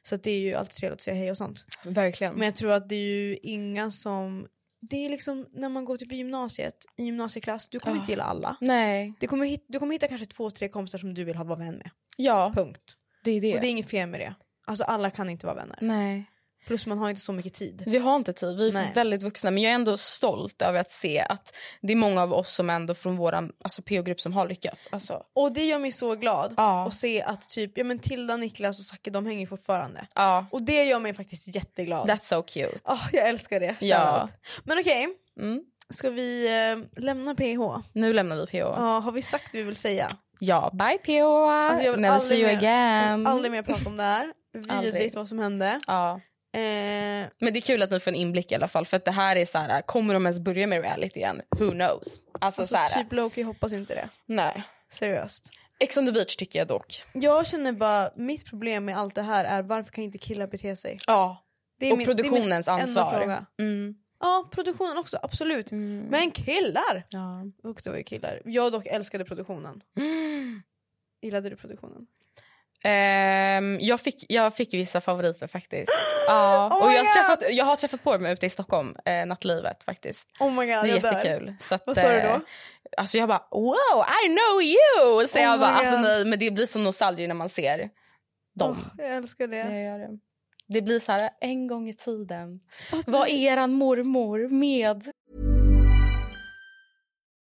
Så att det är ju alltid trevligt att säga hej och sånt.
Verkligen.
Men jag tror att det är ju inga som, det är liksom när man går typ i gymnasiet, i gymnasieklass, du kommer
Ja.
inte gilla alla.
Nej,
Du kommer, hit, du kommer hitta kanske två, tre kompisar som du vill ha vara vän med.
ja
Punkt.
det är det.
Och det är inget fel med det. Alltså alla kan inte vara vänner.
Nej.
Plus man har inte så mycket tid.
Vi har inte tid, vi är
Nej.
väldigt vuxna. Men jag är ändå stolt över att se att det är många av oss som ändå från vår alltså, PO-grupp som har lyckats. Alltså,
Och det gör mig så glad.
Ja.
Att se att typ, ja men Tilda, Niklas och Zacke de hänger fortfarande.
ja,
Och det gör mig faktiskt jätteglad.
that's so cute.
Ah, jag älskar det.
Ja.
Shoutout. Men okej,
Mm.
ska vi eh, lämna PH? Ja,
Nu lämnar vi PO. Ja,
har vi sagt det vi vill säga?
bye PO!
Ah. Alltså, jag vill
Never see
aldrig
you
mer-
again.
Aldrig mer prata om det här.
Ehm. Aldrig.
Vidrigt vad som hände.
Ja.
Eh,
Men det är kul att ni får en inblick i alla fall. För att det här är så här, kommer de ens börja med reality igen? Who knows? Alltså, så
alltså,
här,
typ Loki hoppas inte det.
nej.
Seriöst.
Ex on the beach tycker jag dock.
Jag känner bara, mitt problem med allt det här är varför kan inte killar bete sig?
Ja.
Det är
Och
min- det är min
produktionens
enda
ansvar.
fråga.
Mm.
Ja, produktionen också, absolut.
Mm.
Men killar!
Ja.
Och det var ju killar. Jag dock älskade produktionen. Gillade du produktionen?
Ehm, jag, fick, jag fick vissa favoriter faktiskt. Ja.
Oh
och
my
jag, har
God!
träffat, jag har träffat på dem ute i Stockholm, eh, nattlivet faktiskt.
Oh my god,
det är
jag dör.
jättekul. Så att,
Vad sa du då?
eh, Alltså jag bara wow I know you! Så
Oh my
jag bara, alltså,
God. Oh,
nej, men det blir som nostalgi när man ser dem.
Åh, jag älskar det.
Jag gör det. det blir så här en gång i tiden.
Satt
Vad
vi-
är eran mormor med?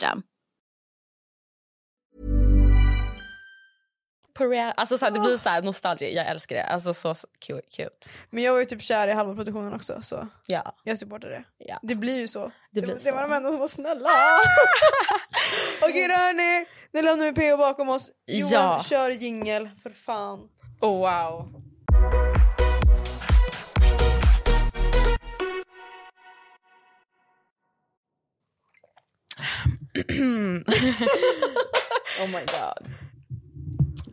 Perea- Alltså så här, det
Ah.
blir så här nostalgi. Jag älskar det. Alltså så s- cu- cute.
Men jag var ju typ kär i halva produktionen också så
Ja.
jag supportar det.
Ja.
Det blir ju så.
Det blir
var-
så.
var de enda som var snälla. Okej då hörni, nu lämnar vi PO bakom oss. Johan
Ja.
kör jingel för fan.
Oh, wow. oh my god.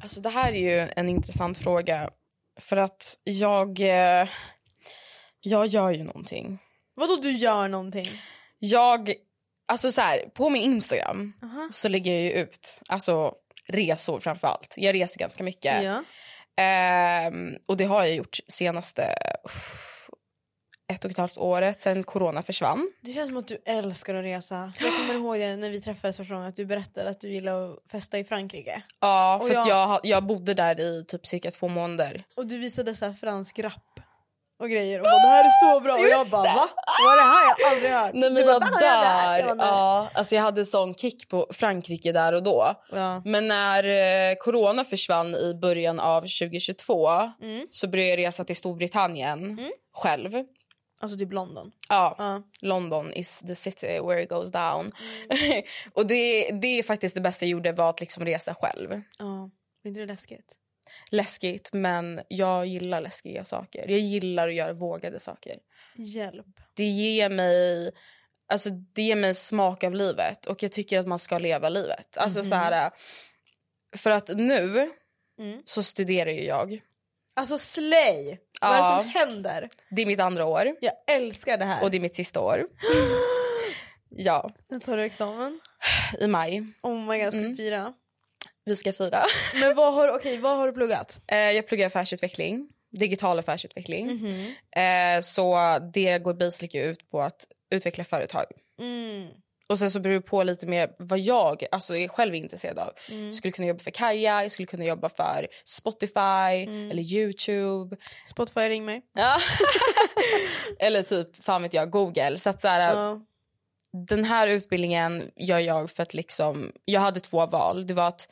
Alltså det här är ju en intressant fråga. För att jag... eh, Jag gör ju någonting.
Vadå du gör någonting?
Jag... Alltså så här, på min Instagram så lägger jag ju ut alltså, resor framför allt. Jag reser ganska mycket. Ehm, och det har jag gjort senaste uff, ett och ett halvt året sen corona försvann.
Det känns som att du älskar att resa. Jag kommer ihåg det när vi träffades första gången att du berättade att du gillar att festa i Frankrike.
Ja, för
Och
jag... Att
jag-
jag, ha- jag bodde där i typ cirka två månader.
Och du visade så här fransk rap och grejer och bara, det här är så bra och jag
Just
bara
det.
va? Vad är det här? Jag har aldrig hört.
Nej men
Du
jag
bara, "Vad är det här?"
dör!
Jag bara, "Nej."
Ja, alltså jag hade sån kick på Frankrike där och då.
Ja.
Men när eh, corona försvann i början av 2022
Mm.
så började jag resa till Storbritannien själv.
Alltså typ London.
Ja,
Ja.
London is the city where it goes down. och det, det är faktiskt det bästa jag gjorde var att liksom resa själv.
Ja. Är inte det läskigt?
läskigt men jag gillar läskiga saker. Jag gillar att göra vågade saker.
Hjälp.
Det ger mig alltså det ger mig en smak av livet och jag tycker att man ska leva livet. Alltså så här för att nu
Mm.
så studerar ju jag.
Alltså slay! Vad är det som händer?
Det är mitt andra år
Jag älskar det här.
och det är mitt sista år. ja,
Nu tar du examen.
i maj.
Oh my god, jag ska
Mm.
fira.
Vi ska fira.
Men vad har, okay, vad har du pluggat?
Eh, jag pluggar affärsutveckling, digital affärsutveckling.
Mhm.
Eh, så det går basically ut på att utveckla företag.
Mm.
Och sen så beror det på lite mer vad jag alltså, är själv intresserad av.
Mm.
Skulle kunna jobba för Kaja, jag skulle kunna jobba för Spotify
Mm.
eller Youtube.
Spotify ring mig.
Eller typ, fan vet jag, Google. Så att så här,
Ja.
den här utbildningen gör jag för att liksom, jag hade två val. Det var att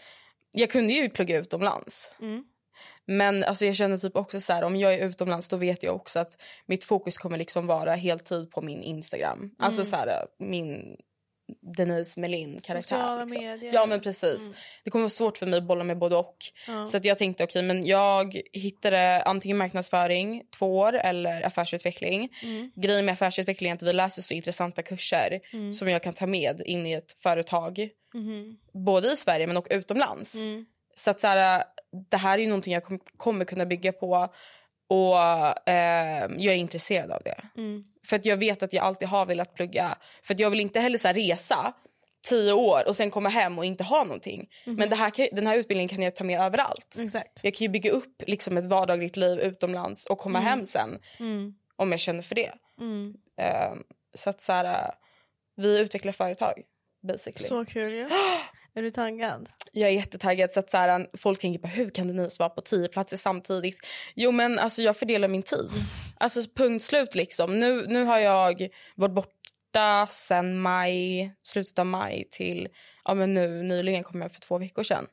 jag kunde ju plugga utomlands.
Mm.
Men alltså jag känner typ också så här, om jag är utomlands då vet jag också att mitt fokus kommer liksom vara heltid på min Instagram. Alltså
Mm.
så här, min Denise Melin karaktär.
Sociala
Liksom.
medier. Mm.
Ja men precis. Det kommer vara svårt för mig att bolla med både och.
Ja.
Så att jag tänkte okej men jag hittade antingen marknadsföring två år eller affärsutveckling.
Mm.
Grejen med affärsutveckling är att vi läser så intressanta kurser som jag kan ta med in i ett företag.
Mhm.
Både i Sverige men och utomlands.
Mm.
Så att så här, det här är ju någonting jag kom, kommer kunna bygga på och eh, jag är intresserad av det.
Mm.
För att jag vet att jag alltid har velat plugga. För att jag vill inte heller så här, resa tio år och sen komma hem och inte ha någonting.
Mhm.
Men det här, kan- den här utbildningen kan jag ta med överallt.
Exakt.
Jag kan ju bygga upp liksom, ett vardagligt liv utomlands och komma hem sen
Mm.
om jag känner för det.
Mm.
Eh, så att så här, eh, vi utvecklar företag basically.
Så kul ju. Är du taggad?
Jag är jättetaggad. Så att så här, folk tänker på hur kan Denise vara på tio platser samtidigt? Jo men alltså jag fördelar min tid. Alltså punkt slut liksom. Nu, nu har jag varit borta sen maj, slutet av maj till ja men nu nyligen kom jag för två veckor sedan.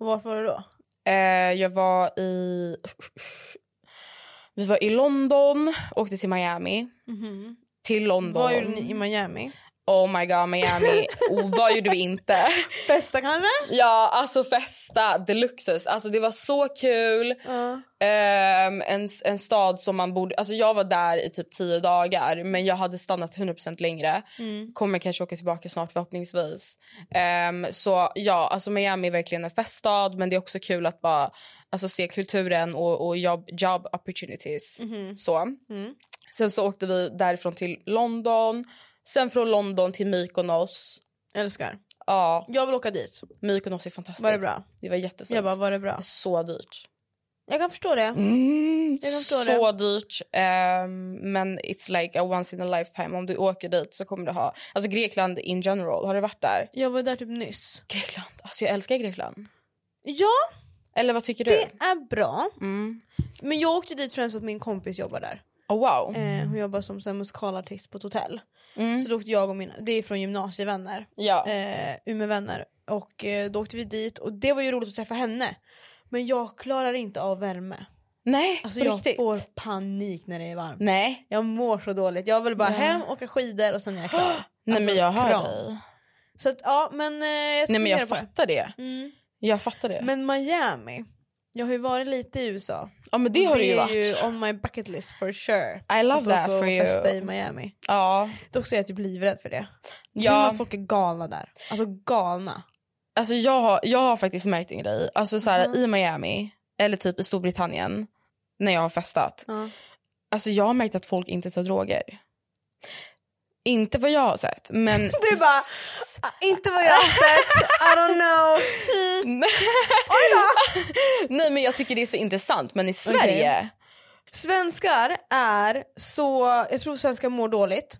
Och vart var du då?
Eh, jag var i... Vi var i London, åkte till Miami. Till London.
Vad gjorde ni i Miami?
Oh my god, Miami. Oh, vad gjorde vi inte?
Bästa kanske?
Ja, alltså festa deluxes. Alltså det var så kul.
Ja.
Ehm, en, en stad som man borde... Alltså jag var där i typ tio dagar men jag hade stannat 100% längre.
Mm.
Kommer kanske åka tillbaka snart förhoppningsvis. Ehm, så ja, alltså Miami är verkligen en feststad men det är också kul att bara alltså, se kulturen och, och job, job opportunities.
Mm-hmm.
Så.
Mm.
Sen så åkte vi därifrån till London. Sen från London till Mykonos.
Älskar.
Ja,
Jag vill åka dit.
Mykonos är fantastiskt.
Var det bra?
Det var jättefint.
Jag bara, var det bra?
Alltså, Så dyrt.
Jag kan förstå det.
Mm.
Jag kan förstå
så dyrt. ehm, men it's like a once in a lifetime. Om du åker dit så kommer du ha... Alltså Grekland in general. Har du varit där?
Jag var där typ nyss.
Grekland. Alltså jag älskar Grekland.
Ja,
Eller vad tycker
det
du?
är bra.
Mm.
Men jag åkte dit främst för att min kompis jobbar där.
Oh, wow.
Eh, hon jobbar som så här, musikalartist på ett hotell.
Mm.
Så då åkte jag och mina, det är från gymnasievänner,
Ja.
eh, Umeåvänner. Och eh, då åkte vi dit och det var ju roligt att träffa henne. Men jag klarar inte av värme.
Nej,
Alltså
på
jag
riktigt.
får panik när det är varmt.
Nej.
Jag mår så dåligt. Jag vill bara hem, åka skidor och sen är jag klar.
Nej
Alltså,
men jag hör
kram.
dig.
Så att, ja men eh, jag ska
Nej men jag
fundera på det.
fattar det.
Mm.
Jag fattar det.
Men Miami. Jag har ju varit lite i USA.
ja men det har det ju
är ju
varit.
on my bucket list for sure.
I love
Att
that
åka och
for
festa i
you.
Miami.
Ja.
Dock så är jag typ livrädd för det. Ja.
Ja.
Att folk är galna där. Alltså galna.
Alltså jag har, jag har faktiskt märkt en grej. Alltså så här,
Mm.
I Miami, eller typ i Storbritannien, när jag har festat.
Ja.
Alltså jag har märkt att folk inte tar droger. Inte vad jag har sett, men...
Du bara, "Ah, inte vad jag har sett, I don't know.
Nej men jag tycker det är så intressant, men i Sverige...
Svenskar är så, jag tror svenskar mår dåligt.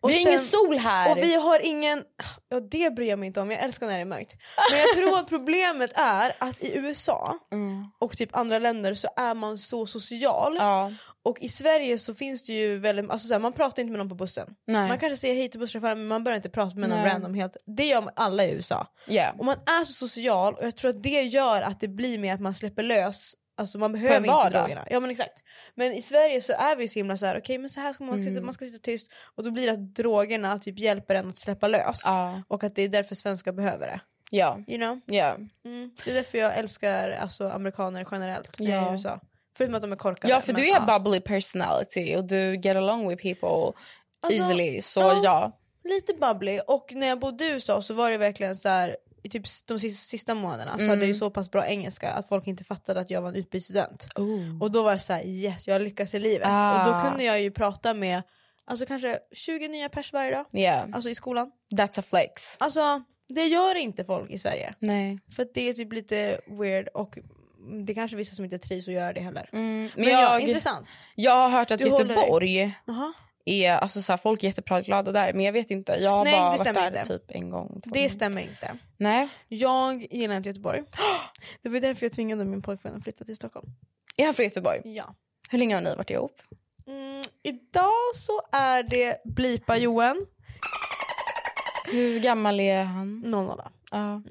Och
Vi har
sen-
ingen sol här!
Och vi har ingen, ja det bryr jag mig inte om, jag älskar när det är mörkt. Men jag tror att problemet är att i USA
Mm.
och typ andra länder så är man så social.
Ja,
Och i Sverige så finns det ju väldigt, alltså så här, man pratar inte med någon på bussen.
nej.
Man kanske säger hej till busschauffören men man börjar inte prata med någon
Nej.
random helt. Det gör alla i USA.
yeah.
Och man är så social och jag tror att det gör att det blir mer att man släpper lös. Alltså man
en
behöver inte
vardag.
drogerna. Ja men exakt. Men i Sverige så är vi så himla så här, okej men så här ska man,
Mm.
sitta, man ska sitta tyst. Och då blir det att drogerna typ hjälper en att släppa lös.
Ja,
Och att det är därför svenskar behöver det.
ja,
You know?
ja.
Mm. Det är därför jag älskar alltså, amerikaner generellt när jag är i
Ja.
USA. Förutom att de är korkade.
Ja, för
men,
du
ja.
är bubbly personality och du get along with people
Alltså,
easily. Så
ja.
ja.
lite bubbly och när jag bodde i USA så var det verkligen så här i typ de sista, sista månaderna så hade jag ju
Mm.
så pass bra engelska att folk inte fattade att jag var en utbytesstudent. Och då var det så här yes jag lyckas i livet. Och då
Oh. Ah.
kunde jag ju prata med alltså kanske 20 nya pers varje dag.
Yeah,
Alltså i skolan.
that's a flex.
Alltså det gör inte folk i Sverige.
Nej.
För att det är typ lite weird och det är kanske vissa som inte trivs att göra det heller.
Mm, men
Men, ja,
jag,
intressant.
jag har hört att
Du håller dig.
Göteborg
Jaha.
är, alltså så här, folk är jätteglada där men jag vet inte. Jag har
Nej, det
bara varit
stämmer
där
inte.
typ en gång. två
Det
gånger.
stämmer inte.
Nej.
Jag gillar inte Göteborg. Det var ju därför jag tvingade min pojkvän att flytta till Stockholm.
Är han från Göteborg?
Ja.
Hur länge har ni varit ihop?
Mm, idag så är det blipa Johan,
Hur gammal är han?
00.
Ja.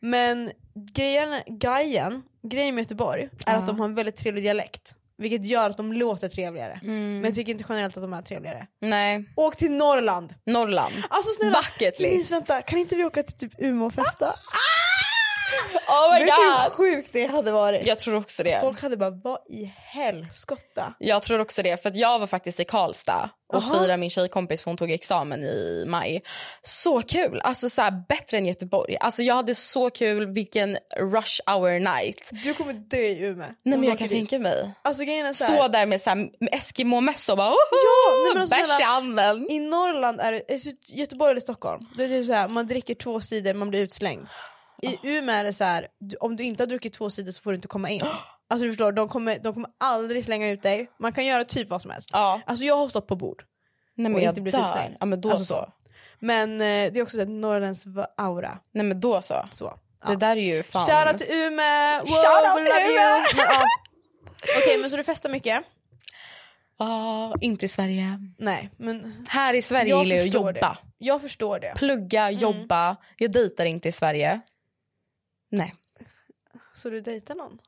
Men grejen, grejen, grejen med Göteborg är att de har en väldigt trevlig dialekt. Vilket gör att de låter trevligare.
Mm.
Men jag tycker inte generellt att de är trevligare.
Nej,
Åk till Norrland!
Norrland.
Alltså snälla,
Bucket
Nils
list. Ah,
vänta, kan inte vi åka till typ Umeå och festa?
Oh
Vet du hur typ sjukt det hade varit?
Jag tror också det.
Folk hade bara, vad i helskotta?
Jag tror också det, för att jag var faktiskt i Karlstad och
Aha.
firade min tjejkompis för hon tog examen i maj. Så kul! Alltså så här, bättre än Göteborg. Alltså jag hade så kul, vilken rush hour night.
Du kommer dö i Umeå.
Nej
Om
men
du
jag
åker
kan
dit.
tänka mig.
Alltså grejen är så här,
Stå där med, så här, med Eskimo-mössa och bara
nej, men
woho!
alltså, snälla-
Bärs i handen.
I Norrland är det, alltså, Göteborg eller Stockholm, då är det typ så här, man dricker två sidor man blir utslängd.
Ah.
I Umeå är det så här, du, om du inte har druckit två sidor så får du inte komma in. Alltså du förstår, de kommer, de kommer aldrig slänga ut dig. Man kan göra typ vad som helst.
Ja.
Alltså jag har stått på bord.
Nej
Och
men
inte
jag
blivit utslängd.
dör. Ja men då
Alltså,
så.
Men eh, det är också den norrländsk aura.
Nej men då så.
Så.
Det där är ju fan.
Shoutout till Umeå! Wow,
Shoutout
we
till
love you.
Umeå!
Men, ja. Okej men så du festar mycket?
Ah, inte i Sverige.
Nej men
Här i Sverige
jag
gillar jag att
förstår
jobba.
det. Mm. Jag förstår det.
Plugga, jobba. Jag dejtar inte i Sverige. Nej.
Så du dejtar någon?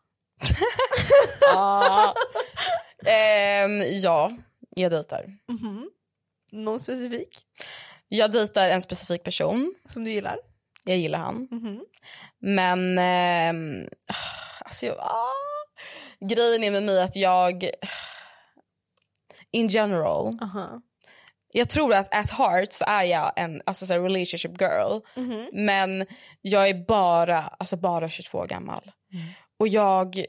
Ehm, ja, jag dejtar.
Någon specifik?
Jag dejtar en specifik person.
Som du gillar?
Jag gillar han.
Mhm.
Men ehm, alltså, jag, ah. grejen är med mig att jag in general,
Aha.
jag tror att at heart så är jag en alltså, så här, relationship girl.
Mhm.
Men jag är bara, alltså, bara 22 år gammal. Och jag,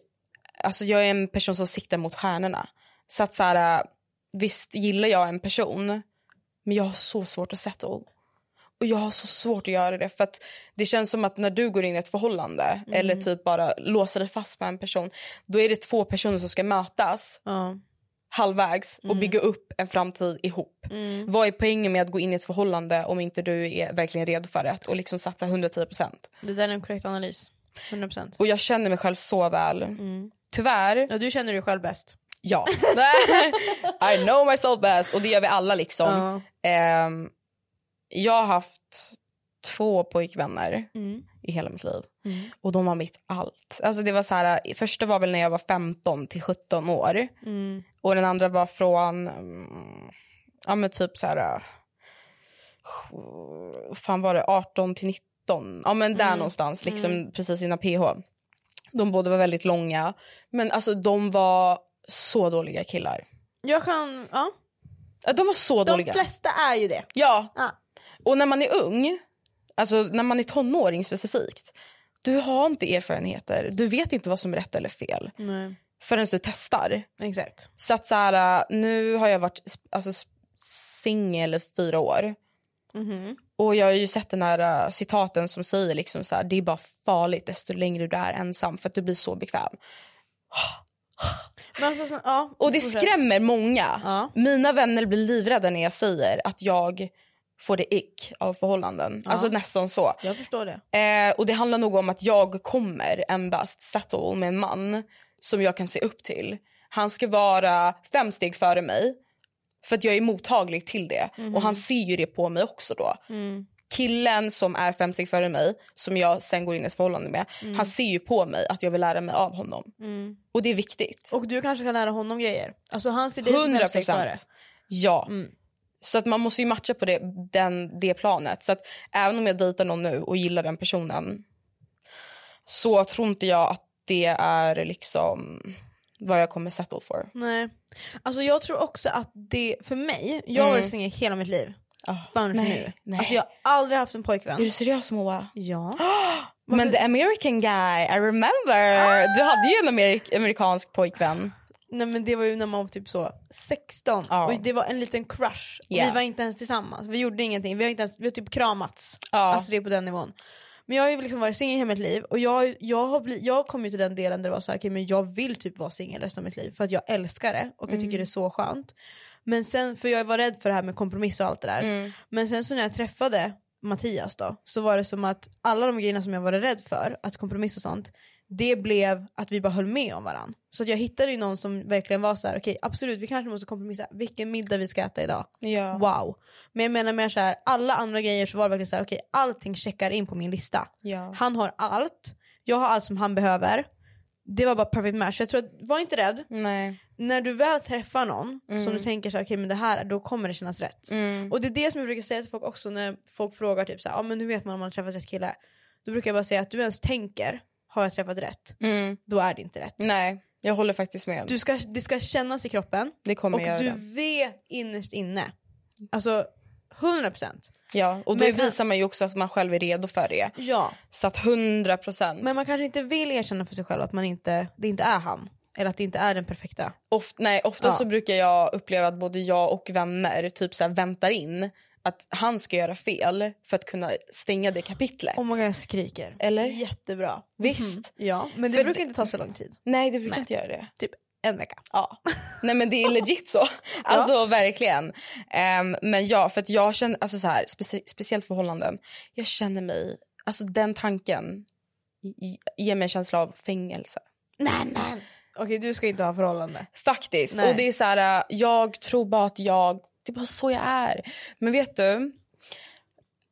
alltså, jag är en person som siktar mot stjärnorna. Så att så här, visst gillar jag en person men jag har så svårt att settle. Och jag har så svårt att göra det. För att det känns som att när du går in i ett förhållande eller typ bara låser dig fast med en person då är det två personer som ska mötas
Ja.
halvvägs och bygga upp en framtid ihop. Vad är poängen med att gå in i ett förhållande om inte du är verkligen redo för det och liksom satsa 110%?
Det där är en korrekt analys. 100%.
Och jag känner mig själv så väl. Tyvärr,
Ja, du känner dig själv bäst.
ja. I know myself best och det gör vi alla liksom. Ehm, jag har haft två pojkvänner
Mm.
i hela mitt liv.
Mm.
Och de var mitt allt. Alltså det var så här, första var väl när jag var 15 till 17 år.
Mm.
Och den andra var från, mm, ja men typ så här, sju- fan var det 18 till 19? Ja men där
Mm.
någonstans, liksom precis innan PH. De båda var väldigt långa. Men alltså de var så dåliga killar.
Jag kan, ja.
Ja, De var så
De
dåliga.
flesta är ju det.
Ja.
Ja.
Och när man är ung, alltså när man är tonåring specifikt, du har inte erfarenheter. Du vet inte vad som är rätt eller fel
Nej.
förrän du testar.
Exakt.
Så att så här, nu har jag varit sp- alltså, sp- singel i fyra år.
Mm-hmm.
Och jag har ju sett den här äh, citaten som säger liksom så här, det är bara farligt desto längre du är ensam för att du blir så bekväm.
Men alltså, sn- ja,
Och det
fortsätt.
skrämmer många.
Ja.
Mina vänner blir livrädda när jag säger att jag får det ick av förhållanden. Alltså nästan så.
Jag förstår det.
Eh, och det handlar nog om att jag kommer endast settle med en man som jag kan se upp till. Han ska vara fem steg före mig för att jag är mottaglig till det. Och han ser ju det på mig också då. Killen som är fem steg före mig, som jag sen går in i ett förhållande med, han ser ju på mig att jag vill lära mig av honom. Och det är viktigt.
Och du kanske kan lära honom grejer. Alltså han ser dig som
Hundra
fem steg före.
procent. Ja.
Mm.
Så att man måste ju matcha på det, den, det planet. Så att även om jag dejtar någon nu och gillar den personen så tror inte jag att det är liksom vad jag kommer settle for.
Nej. Alltså jag tror också att det, för mig, jag har varit singel hela mitt liv. Barn
nej,
nu.
nej.
Alltså jag har aldrig haft en
Är
pojkvän.
du seriös Moa?
Ja.
Men the American guy, I remember!
Ah!
Du hade ju en amerik- amerikansk pojkvän.
Nej men det var ju när man var typ så 16
Ja.
och det var en liten crush. Och
Ja.
Vi var inte ens tillsammans, vi gjorde ingenting, vi har, inte ens, vi har typ kramats.
Ja.
Alltså det är på den nivån. Men jag har ju liksom varit singel hela mitt liv och jag, har ju- jag, har bli, jag kom ju till den delen där det var så här, okej, men jag vill typ vara singel resten av mitt liv för att jag älskar det och jag
Mm.
tycker det är så skönt. Men sen, för jag var rädd för det här med kompromiss och allt det där.
Mm.
Men sen så när jag träffade Mattias då, så var det som att alla de grejerna som jag var rädd för, att kompromiss och sånt, det blev att vi bara höll med om varandra. Så att jag hittade ju någon som verkligen var så här: okej absolut vi kanske måste kompromissa, vilken middag vi ska äta idag.
Ja.
Wow. Men jag menar mer så här, alla andra grejer så var det verkligen så här, okej allting checkar in på min lista.
Ja.
Han har allt, jag har allt som han behöver. Det var bara perfect match. Jag tror att, var inte rädd.
Nej.
När du väl träffar någon som du tänker så här, okej men det här, då kommer det kännas rätt.
Mm.
Och det är det som jag brukar säga till folk också när folk frågar typ så här, ah, men hur vet man om man har träffat rätt kille? Då brukar jag bara säga att du ens tänker, har jag träffat rätt?
Mm.
Då är det inte rätt.
Nej, jag håller faktiskt med.
Du ska, det ska kännas i kroppen
det kommer
och
jag göra.
du
det.
vet innerst inne. Alltså 100%.
Ja, och då
Men kan-
visar man ju också att man själv är redo för det.
Ja.
Så att 100 procent.
Men man kanske inte vill erkänna för sig själv att man inte, det inte är han. Eller att det inte är den perfekta.
Oft, nej, ofta
Ja.
så brukar jag uppleva att både jag och vänner typ så här väntar in att han ska göra fel för att kunna stänga det kapitlet.
Oh my god jag skriker.
Eller?
Jättebra.
Visst.
Ja, men det
Eh, För
brukar
det-
inte ta så lång tid.
Nej, det brukar inte göra det.
Typ en vecka.
Ja. Nej men det är legit så. Alltså verkligen. Ehm, men ja, för att jag känner, alltså så här, speci- speciellt förhållanden. Jag känner mig, alltså den tanken ge- ger mig en känsla av fängelse.
Okej du ska inte ha förhållande.
Faktiskt.
Nej.
Och det är så här, äh, jag tror bara att jag... Det är bara så jag är. Men vet du?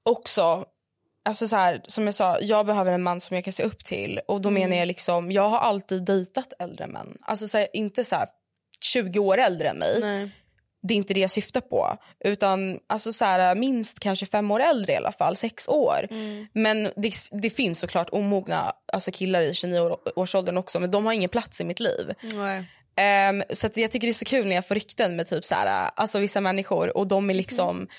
Också, alltså så här, som jag sa, jag behöver en man som jag kan se upp till. Och
Mm.
då menar jag liksom, jag har alltid dejtat äldre män. Alltså så här, inte så här 20 år äldre än mig.
Nej.
det är inte det jag syftar på. Utan alltså så här, minst kanske fem år äldre i alla fall, sex år.
Mm.
Men det, det finns såklart omogna alltså killar i 29-årsåldern också men de har ingen plats i mitt liv.
Nej.
Ehm, så att jag tycker det är så kul när jag får rykten med typ så här, alltså vissa människor och de är liksom
Mm.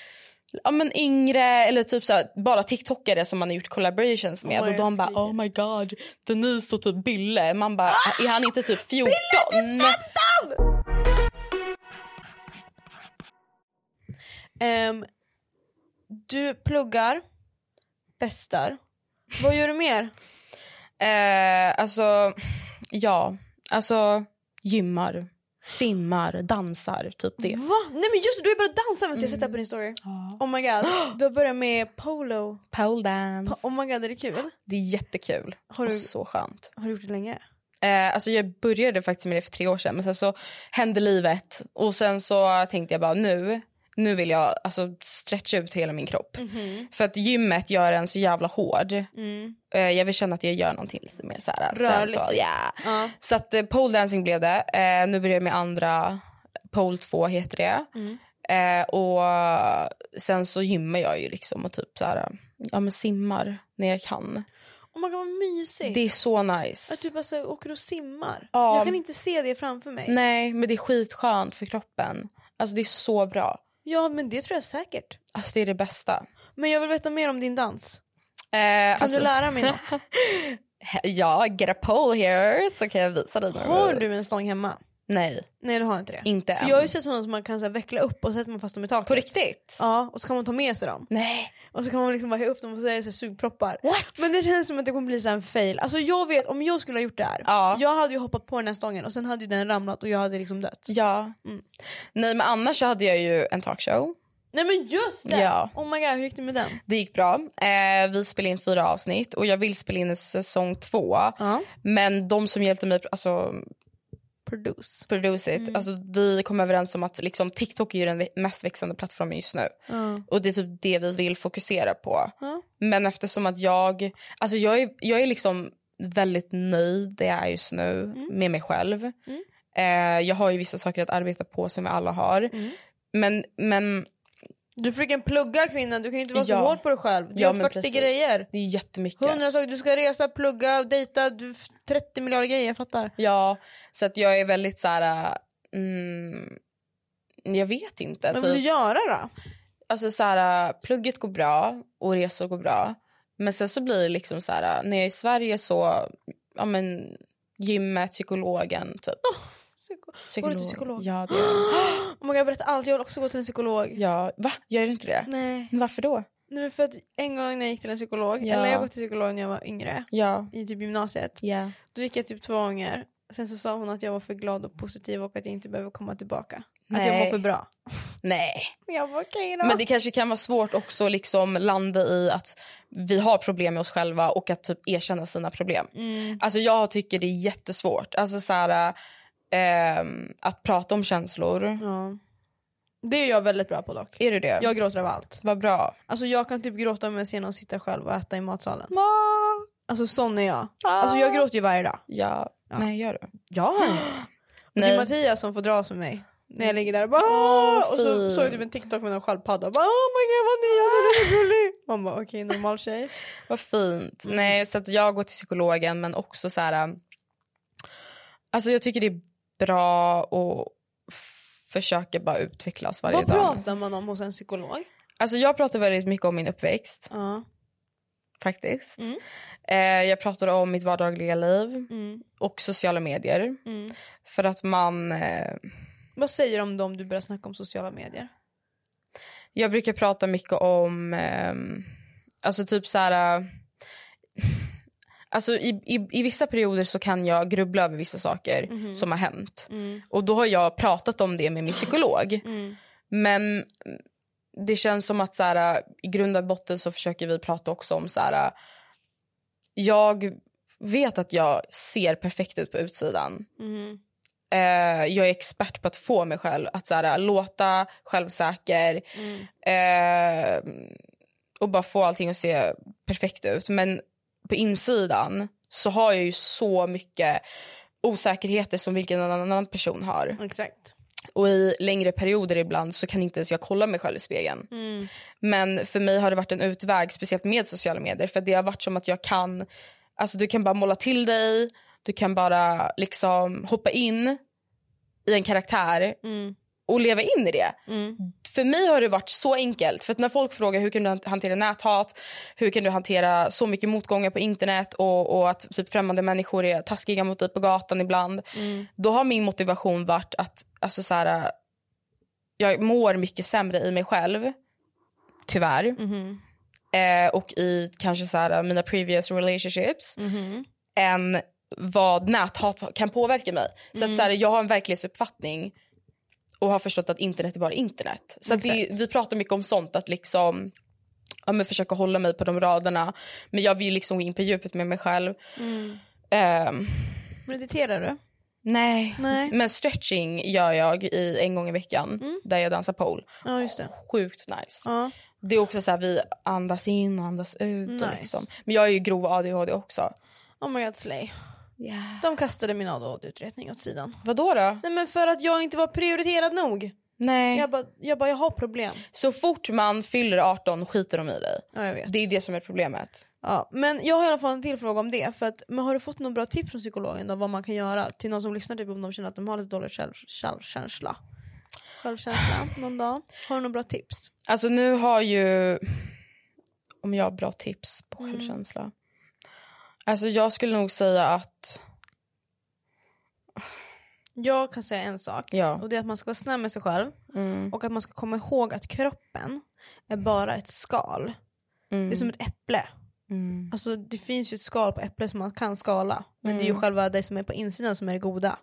ja, men yngre eller typ så här, bara tiktokare som man har gjort collaborations med
Åh,
och de
jag
bara
skriker.
oh my god Denise och typ Bille. Man bara
Ah!
är han inte typ 14?
Ehm, du pluggar, festar. Vad gör du mer?
Eh, alltså, ja. Alltså, gymmar, simmar, dansar. Typ det.
Va? Nej men just det, du har börjat dansa vet du, jag har sett det på din story. Oh my god, du har börjat med polo.
Pole dance.
Oh my god, är det kul?
Det är jättekul.
Har du-
Och så skönt.
Har du gjort det länge?
Eh, alltså jag började faktiskt med det för tre år sedan men sen så hände livet och sen så tänkte jag bara nu, nu vill jag alltså stretcha ut hela min kropp.
Mhm.
För att gymmet gör en så jävla hård. Eh, jag vill känna att jag gör någonting lite mer så här. sen
Mm. Rörligt.
Så, yeah.
Ja.
så att eh, pole dancing blev det. Eh, nu börjar jag med andra, pole 2 heter det.
Mm.
Eh, och sen så gymmar jag ju liksom och typ så här, ja men simmar när jag kan.
Oh my god vad mysigt.
Det är så nice.
Att du bara så här, typ alltså, åker och simmar.
Ja.
Jag kan inte se det framför mig.
Nej, men det är skitskönt för kroppen. Alltså det är så bra.
Ja men det tror jag säkert.
Alltså det är det bästa.
Men jag vill veta mer om din dans.
Eh,
Kan du lära mig något?
Ja, get a pole here så kan jag visa dig. några
Har
moves.
du en stång hemma?
Nej,
Nej du har inte det.
inte
För
än.
jag har ju sett sådana som man kan så här, veckla upp och sätter man fast dem i taket.
På riktigt?
Ja, och så kan man ta med sig dem.
Nej.
Och så kan man liksom bara ha upp dem och säga så här, sugproppar.
What?
Men det känns som att det kommer bli så här en fail. Alltså jag vet, om jag skulle ha gjort det här.
Ja.
Jag hade ju hoppat på den här stången och sen hade ju den ramlat och jag hade liksom dött.
Ja. Nej, men annars så hade jag ju en talkshow.
Nej men just det!
Ja.
Oh my god, hur gick det med den?
Det gick bra. Eh, vi spelade in fyra avsnitt och jag vill spela in en säsong två.
Ja.
Men de som hjälpte mig, alltså
Produce. Mm.
produce it, alltså, vi kom överens om att liksom, TikTok är ju den mest växande plattformen just nu.
Ja.
Och det är typ det vi vill fokusera på.
Ja.
Men eftersom att jag, alltså jag är, jag är liksom väldigt nöjd där jag är just nu
Mm.
med mig själv. Eh, jag har ju vissa saker att arbeta på som vi alla har.
Mm.
Men, men
Du freaking plugga kvinnan, du kan ju inte vara
Ja.
så hård på dig själv. Du
ja,
har
men
40
precis.
grejer.
Det är jättemycket.
100 saker, du ska resa, plugga, dejta, du, 30 miljarder grejer, jag fattar.
Ja, så att jag är väldigt så här... äh, Mm, jag vet inte.
Men vad
typ.
vill du göra då?
alltså så här, plugget går bra och resor går bra. Men sen så blir det liksom så här, när jag är i Sverige så, ja men gymmet, psykologen typ.
Psyko- Går du till psykolog?
Ja, det gör jag.
Oh my God, berätta allt, jag vill också gå till en psykolog.
ja, va? Gör du inte det?
Nej.
Varför då?
Nej men för att en gång när jag gick till en psykolog,
Mm. Ja.
eller jag gick till psykolog när jag var yngre,
Ja.
i typ gymnasiet.
Ja.
Då gick jag typ två gånger. Sen så sa hon att jag var för glad och positiv och att jag inte behöver komma tillbaka. Att jag
Nej.
var för bra.
Nej.
Och Jag var okej då.
Men det kanske kan vara svårt också att liksom landa i att vi har problem med oss själva och att typ erkänna sina problem.
Mm.
Alltså jag tycker det är jättesvårt. Alltså så här, ehm, att prata om känslor.
Ja. Det är jag väldigt bra på dock.
Är du det?
Jag gråter av allt.
Vad bra.
Alltså jag kan typ gråta om jag ser någon sitta själv och äta i matsalen. Alltså sån är jag.
Ah.
Alltså jag gråter ju varje dag.
Ja. Nej, gör du?
Ja. Och det
Nej.
är Mattias som får dra som mig. När jag ligger där och bara
Åh,
Och så
fint.
såg jag typ en TikTok med någon sköldpadda och bara oh my god vad ni gör, den är så gullig. Man bara okej normal tjej.
Vad fint.
Mm.
Nej, så att jag går till psykologen men också så här... ehm, Alltså jag tycker det är bra att f- försöka bara utvecklas varje
Vad
dag.
pratar man om hos en psykolog?
Alltså jag pratar väldigt mycket om min uppväxt
Ja.
faktiskt.
Mm.
Eh, jag pratar om mitt vardagliga liv
Mm.
och sociala medier.
Mm.
För att man... Eh,
Vad säger de då om du börjar snacka om sociala medier?
jag brukar prata mycket om... ehm, alltså typ så här... eh, Alltså i, i, I vissa perioder så kan jag grubbla över vissa saker
Mhm.
som har hänt.
Mm.
Och då har jag pratat om det med min psykolog. Men det känns som att så här, i grund och botten så försöker vi prata också om så här. Jag vet att jag ser perfekt ut på utsidan.
Mhm.
Eh, jag är expert på att få mig själv att så här, låta självsäker. Eh, och bara få allting att se perfekt ut. Men på insidan så har jag ju så mycket osäkerheter som vilken annan person har.
Exakt.
Och i längre perioder ibland så kan inte ens jag kolla mig själv i spegeln. Men för mig har det varit en utväg, speciellt med sociala medier. För det har varit som att jag kan, alltså du kan bara måla till dig. Du kan bara liksom hoppa in i en karaktär och leva in i det. För mig har det varit så enkelt. För att när folk frågar hur kan du hantera näthat, hur kan du hantera så mycket motgångar på internet och, och att typ främmande människor är taskiga mot dig på gatan ibland. Då har min motivation varit att alltså så här, jag mår mycket sämre i mig själv. Tyvärr. Eh, och i kanske så här, mina previous relationships. Än vad näthat kan påverka mig. Så att så här, jag har en verklighetsuppfattning och har förstått att internet är bara internet. Så att det, vi pratar mycket om sånt, att liksom ja, men försöka hålla mig på de raderna. Men jag vill liksom gå in på djupet med mig själv.
Mm.
Ehm,
Mediterar du?
nej.
Nej.
men stretching gör jag i, en gång i veckan där jag dansar pole.
Ja just det.
Sjukt nice.
Ja.
Det är också så här, vi andas in och andas ut. Och
Nice.
liksom. Men jag är ju grov ADHD också.
Oh my god slay. De kastade min ADHD-utredning åt sidan.
Vad då? då?
Nej men för att jag inte var prioriterad nog.
Nej.
Jag bara, jag, bara, jag har problem.
Så fort man fyller 18 skiter de i dig.
Ja jag vet.
Det är det som är problemet.
Ja, men jag har i alla fall en till fråga om det. För att, men har du fått några bra tips från psykologen om vad man kan göra till någon som lyssnar typ, om de känner att de har lite dålig själv, självkänsla? Självkänsla någon dag. Har du några bra tips?
Alltså nu har ju... Om jag har bra tips på
Mm.
självkänsla. Alltså jag skulle nog säga att...
Jag kan säga en sak.
Ja. Mm.
Och det är att man ska vara snäll med sig själv. Och att man ska komma ihåg att kroppen är bara ett skal.
Mm.
Det är som ett äpple. Alltså det finns ju ett skal på äpplet som man kan skala. Men det är
Mm.
ju själva det som är på insidan som är det goda.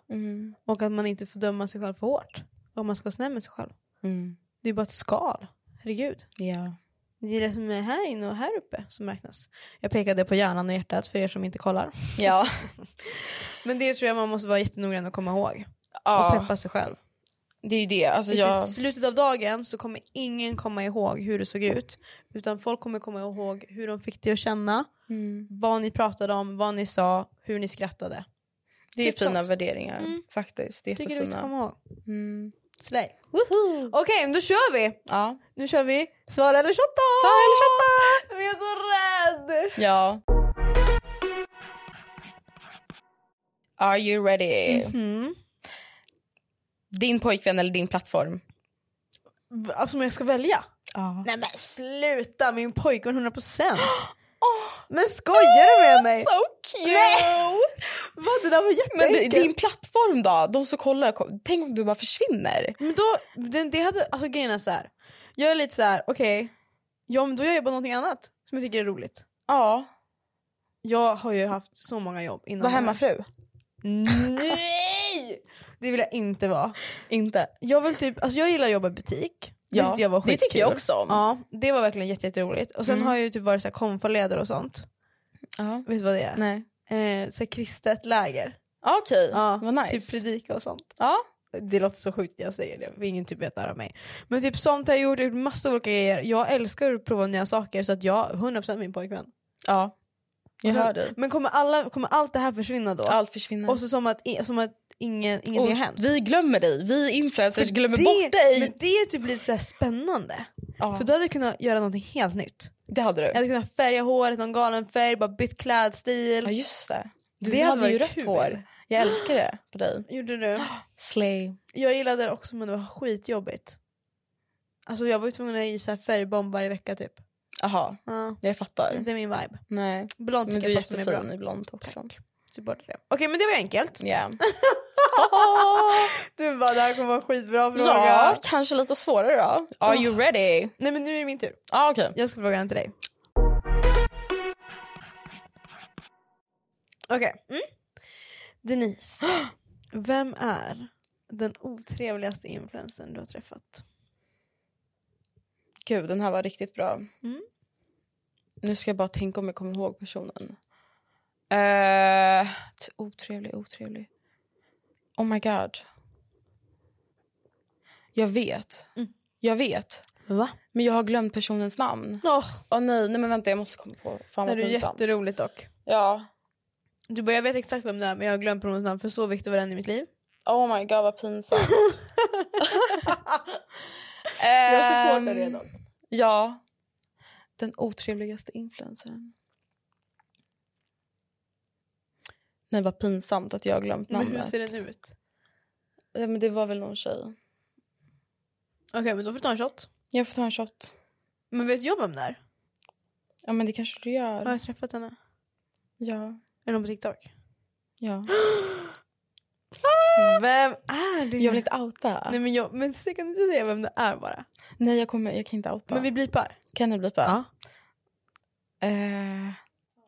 Och att man inte får döma sig själv för hårt. Och man ska vara snäll med sig själv.
Mm.
Det är bara ett skal. Herregud.
Ja.
Det är det som är här inne och här uppe som räknas. Jag pekade på hjärnan och hjärtat för er som inte kollar.
Ja.
Men det tror jag man måste vara jättenoggrann och komma ihåg. Och
ja.
peppa sig själv.
Det är ju det. Alltså
Jag...
jag...
I slutet av dagen så kommer ingen komma ihåg hur det såg ut. Utan folk kommer komma ihåg hur de fick dig att känna.
Mm.
Vad ni pratade om, vad ni sa, hur ni skrattade.
Det är
Typ
fina
sånt.
värderingar faktiskt. Det är
Tycker du liksom- vi ska
jättefina.
komma ihåg?
Mm.
Slay. Okej, men då kör vi!
Ja.
Nu kör vi svara eller chatta!
Svara eller
chatta! Men jag är så rädd!
Ja. Are you ready?
Mm-hmm.
Din pojkvän eller din plattform?
V- Alltså om jag ska välja?
Ja.
Nej men sluta, min pojkvän 100%! Men skojar du med mig?
So cute!
Nej! Vad, det där var
Alltså, Men di-
jätteenkelt!
din plattform då? De som kollar, ko- tänk om du bara försvinner.
Men då, det, det hade, alltså grejen är såhär, jag är lite så här: okej, ja men då gör jag bara någonting annat som jag tycker är roligt.
Ja.
Jag har ju haft så många jobb innan.
Var
det här.
hemmafru?
Nej! Det vill jag inte vara.
Inte.
Jag vill typ, alltså jag gillar att jobba i butik. Det
Ja,
tyckte jag var
det tycker jag
skitkul.
också Mm. om.
Ja, det var verkligen jätte- jätteroligt. Och sen har jag ju typ varit så här konfaledare och sånt.
Ja.
Vet du vad det är?
Nej.
Eh, så här kristet läger.
Ah, Okej,
Ja,
vad nice.
Typ predika och sånt.
ja.
Det låter så sjukt när jag säger det, för ingen typ vet det här om mig. Men typ sånt har jag gjort, jag har gjort massa olika grejer. Jag älskar att prova nya saker så att jag 100% är min pojkvän.
ja. Jag
Och sen-
hör dig.
Men kommer, alla, kommer allt det här försvinna då?
Allt försvinner.
Och så som att, i- som att ingen, ingenting
Och
har hänt.
vi glömmer dig. Vi influencers glömmer
det,
bort dig.
Men det är typ lite så här spännande.
ja.
För då hade jag kunnat göra någonting helt nytt.
Det hade du.
Jag hade kunnat färga håret, någon galen färg, bara bytt klädstil.
Ja just det. Du
Det hade
hade ju
varit
rött
kul.
hår. Jag älskar det på dig.
Gjorde du?
Slay.
Jag gillade det också men det var skitjobbigt. Alltså jag var ju tvungen att ge så här färgbomb varje vecka typ.
Jaha,
Ja,
jag fattar.
det är min vibe.
Nej.
Blont
Men
tycker
du är
jag passar mig bra.
jättefin i blont också.
Så bara det. Okej men det var enkelt.
Ja. Ah.
Du bara det här kommer vara en skitbra fråga.
ja, kanske lite svårare då. Are you ready?
Nej men nu är det min tur.
Ja ah, okej.
Jag ska fråga en till dig. Okej. Mm. Denise. Vem är den otrevligaste influencern du har träffat?
Gud, den här var riktigt bra.
Mm.
Nu ska jag bara tänka om jag kommer ihåg personen. Eh, t- otrevlig, otrevlig. Oh my god. Jag vet. Jag vet.
Mm. Va?
Men jag har glömt personens namn.
Åh,
Åh nej, nej men vänta jag måste komma på. Fan
det här
vad
är
pinsamt.
jätteroligt dock.
Ja.
Du bara, jag vet exakt vem det är men jag har glömt personens namn för så viktig var den i mitt liv.
Oh my god vad pinsamt.
Jag supportar
Ehm,
redan.
Ja. Den otrevligaste influencern. Nej vad pinsamt att jag har glömt
Men
namnet.
hur ser den ut?
Ja, men det var väl någon tjej.
Okej men då får du ta en shot.
Jag får ta en shot.
Men vet jag vem det är?
Ja men det kanske du
Har
gör.
jag träffat henne?
Ja.
Är hon på TikTok?
ja.
Mm. Vem är det?
Jag vill inte outa.
Nej
Nej,
men jag, men se, kan du inte säga vem det är bara?
jag, kommer, jag kan inte outa.
Men vi blipar.
Kan det bli på?
Ja.
Eh,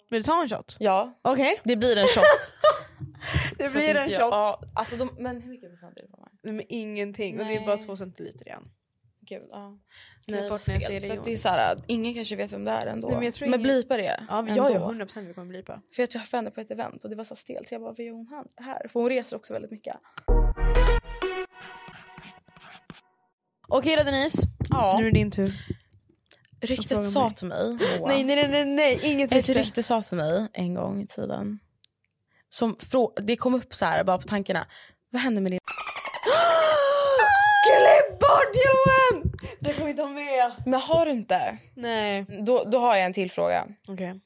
Vill du ta en shot?
ja.
Okej.
Det blir en shot.
Det
Så att
blir
inte
en
jag-
shot.
Ja, alltså de, men hur mycket procent är det på mig?
Nej men ingenting och det är bara
Nej.
två centiliter igen.
Gud, ja.
Klipp
Nej,
bort
vad
när jag säger
stelt.
det,
Så att det är
Johan.
så här, ingen kanske vet vem det är ändå.
Nej, men jag tror ingen-
blipa det.
Ja men
ändå.
jag är 100% vi kommer blipa.
För jag träffade henne på ett event och det var så här stelt. Så jag bara, vad gör hon här- här? För hon reser också väldigt mycket.
Okej då Denise.
Ja.
Nu är det din tur. frågar
Ryktet sa
mig.
till mig.
Nej nej nej nej, nej. inget
Ett
rykte.
rykte sa till mig en gång i tiden. Som frå- det kom upp så här bara på tankarna. Vad hände med det?
Klipp Ah! bort Johan! Det kommer inte ha med.
Men har du inte?
Nej.
Då, då har jag en till fråga.
Okej.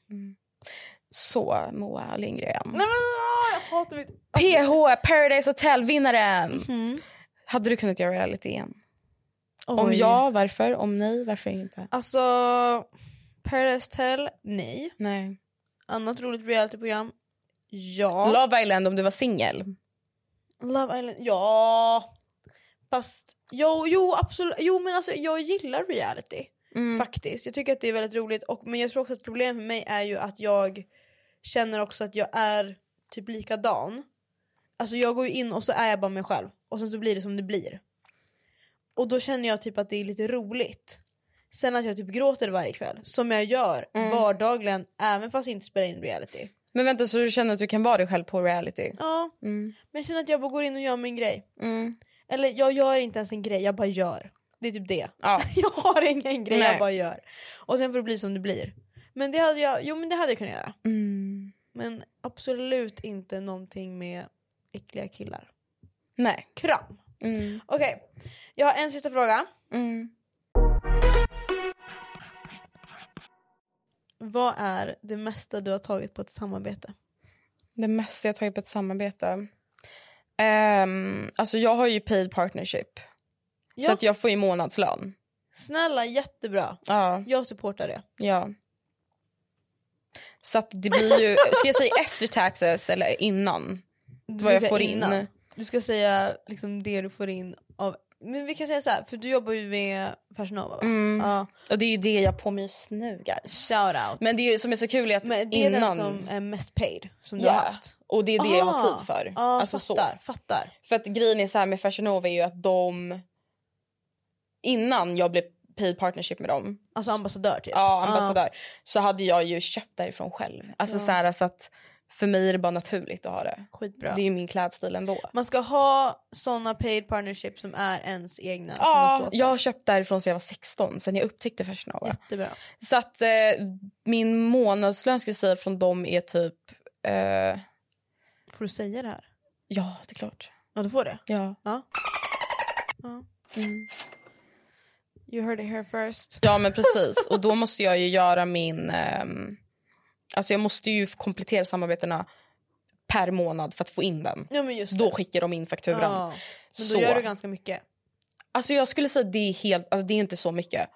Så Moa Lindgren.
Nej men åh, jag hatar mitt...
PH Paradise Hotel vinnaren. Hade du kunnat göra reality igen? Om
Oj.
ja, varför? Om nej, varför inte?
Alltså Paradise Tell, nej.
Nej.
Annat roligt realityprogram, ja.
Love Island om du var singel.
Love Island, ja. Fast jo, jo absolut. Jo men alltså jag gillar reality faktiskt. Jag tycker att det är väldigt roligt. Och, men jag tror också att problemet för mig är ju att jag känner också att jag är typ likadan. Alltså jag går ju in och så är jag bara mig själv. Och sen så blir det som det blir. Och då känner jag typ att det är lite roligt. Sen att jag typ gråter varje kväll, som jag gör vardagligen även fast jag inte spelar in reality.
Men vänta, så du känner att du kan vara dig själv på reality?
Ja,
Mm.
men jag känner att jag bara går in och gör min grej.
Mm.
Eller jag gör inte ens en grej, jag bara gör. Det är typ det.
Ja.
Jag har ingen grej,
Nej.
jag bara gör. Och sen får det bli som det blir. Men det hade jag, jo men det hade jag kunnat göra.
Mm.
Men absolut inte någonting med äckliga killar.
Nej.
Kram!
Mm.
Okej, jag har en sista fråga.
Mm.
Vad är det mesta du har tagit på ett samarbete?
Det mesta jag tagit på ett samarbete. Ehm, alltså jag har ju paid partnership.
Ja.
Så att jag får ju månadslön.
Snälla, jättebra.
Ja,
Jag supportar det.
ja. Så att det blir ju, ska jag säga efter taxes eller innan?
Du
Vad
ska
jag
säga
får in.
Du ska säga liksom det du får in av... Men vi kan säga så här, för du jobbar ju med Fashion Nova va?
Mm.
Ja.
Och det är ju det jag har på mig just nu guys.
Shout out.
Men det är ju, som är så kul är att
Men det är
innan...
den som är mest paid som du
Ja,
har haft.
Och det är det jag har
Aha.
tid för.
Ja,
alltså
fattar, fattar.
så. För att grejen är så här med Fashion Nova är ju att de... Innan jag blev paid partnership med dem,
Alltså ambassadör typ.
ja, ambassadör, så hade jag ju köpt därifrån själv.
Ah.
Alltså så här så att för mig är det bara naturligt att ha det.
Skitbra.
Det är ju min klädstil ändå.
Man ska ha såna paid partnership som är ens egna. som man
Ja,
står för.
jag har köpt därifrån sedan jag var 16, sen jag upptäckte Fashion Nova.
Jättebra.
Så att eh, min månadslön skulle jag säga från dem är typ... Eh,
Får du säga det här?
ja, det är klart.
Ja du får det.
Ja.
You heard it here first.
Ja men precis och då måste jag ju göra min, ehm, alltså jag måste ju komplettera samarbetena per månad för att få in den.
Ja men just
Då
det.
skickar de in
Ja.
fakturan.
Men då
Så.
gör du ganska mycket.
Alltså jag skulle säga att det är helt, alltså det är inte så mycket.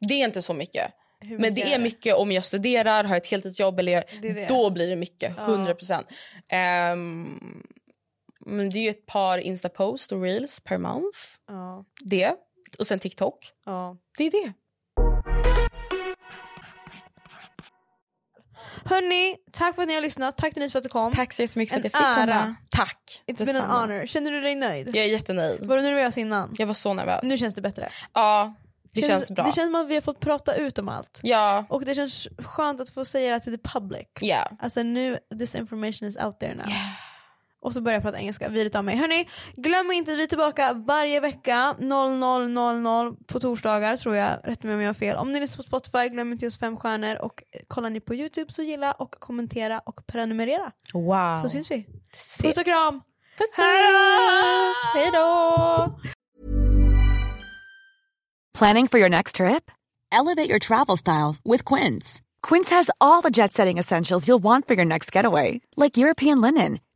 Det är inte så mycket.
Hur
Men det är mycket om jag studerar, har ett heltidsjobb eller jag,
Det är det.
då blir det mycket,
Ja.
100 procent. Ehm, men det är ju ett par instapost och reels per month.
Ja.
Det och sen TikTok.
ja.
Det är det.
Hörni, tack för att ni har lyssnat. Tack Denise för att du kom.
Tack så jättemycket för
En
att jag fick
ära.
komma. Tack.
It's been an
detsamma.
honor. Känner du dig nöjd?
Jag är jättenöjd.
Var du nervös innan?
Jag var så nervös.
Nu känns det bättre.
Ja, det känns, bra.
Det känns som att vi har fått prata ut om allt.
Ja,
Och det känns skönt att få säga det här till the public.
ja.
Alltså nu, this information is out there now. Och så börjar jag prata engelska, vidrigt av mig. Hörni, glöm inte att vi är tillbaka varje vecka 00.00 på torsdagar tror jag. Rätta mig om jag har fel. Om ni lyssnar på Spotify, glöm inte att ge oss fem stjärnor. Och eh, kollar ni på YouTube så gilla och kommentera och prenumerera.
Wow.
Så syns vi. Puss och kram! Puss puss! Hej då!
Planning for your next trip? Elevate your travel style with Quince. Quince has all the jet setting essentials you'll want for your next getaway, like European linen,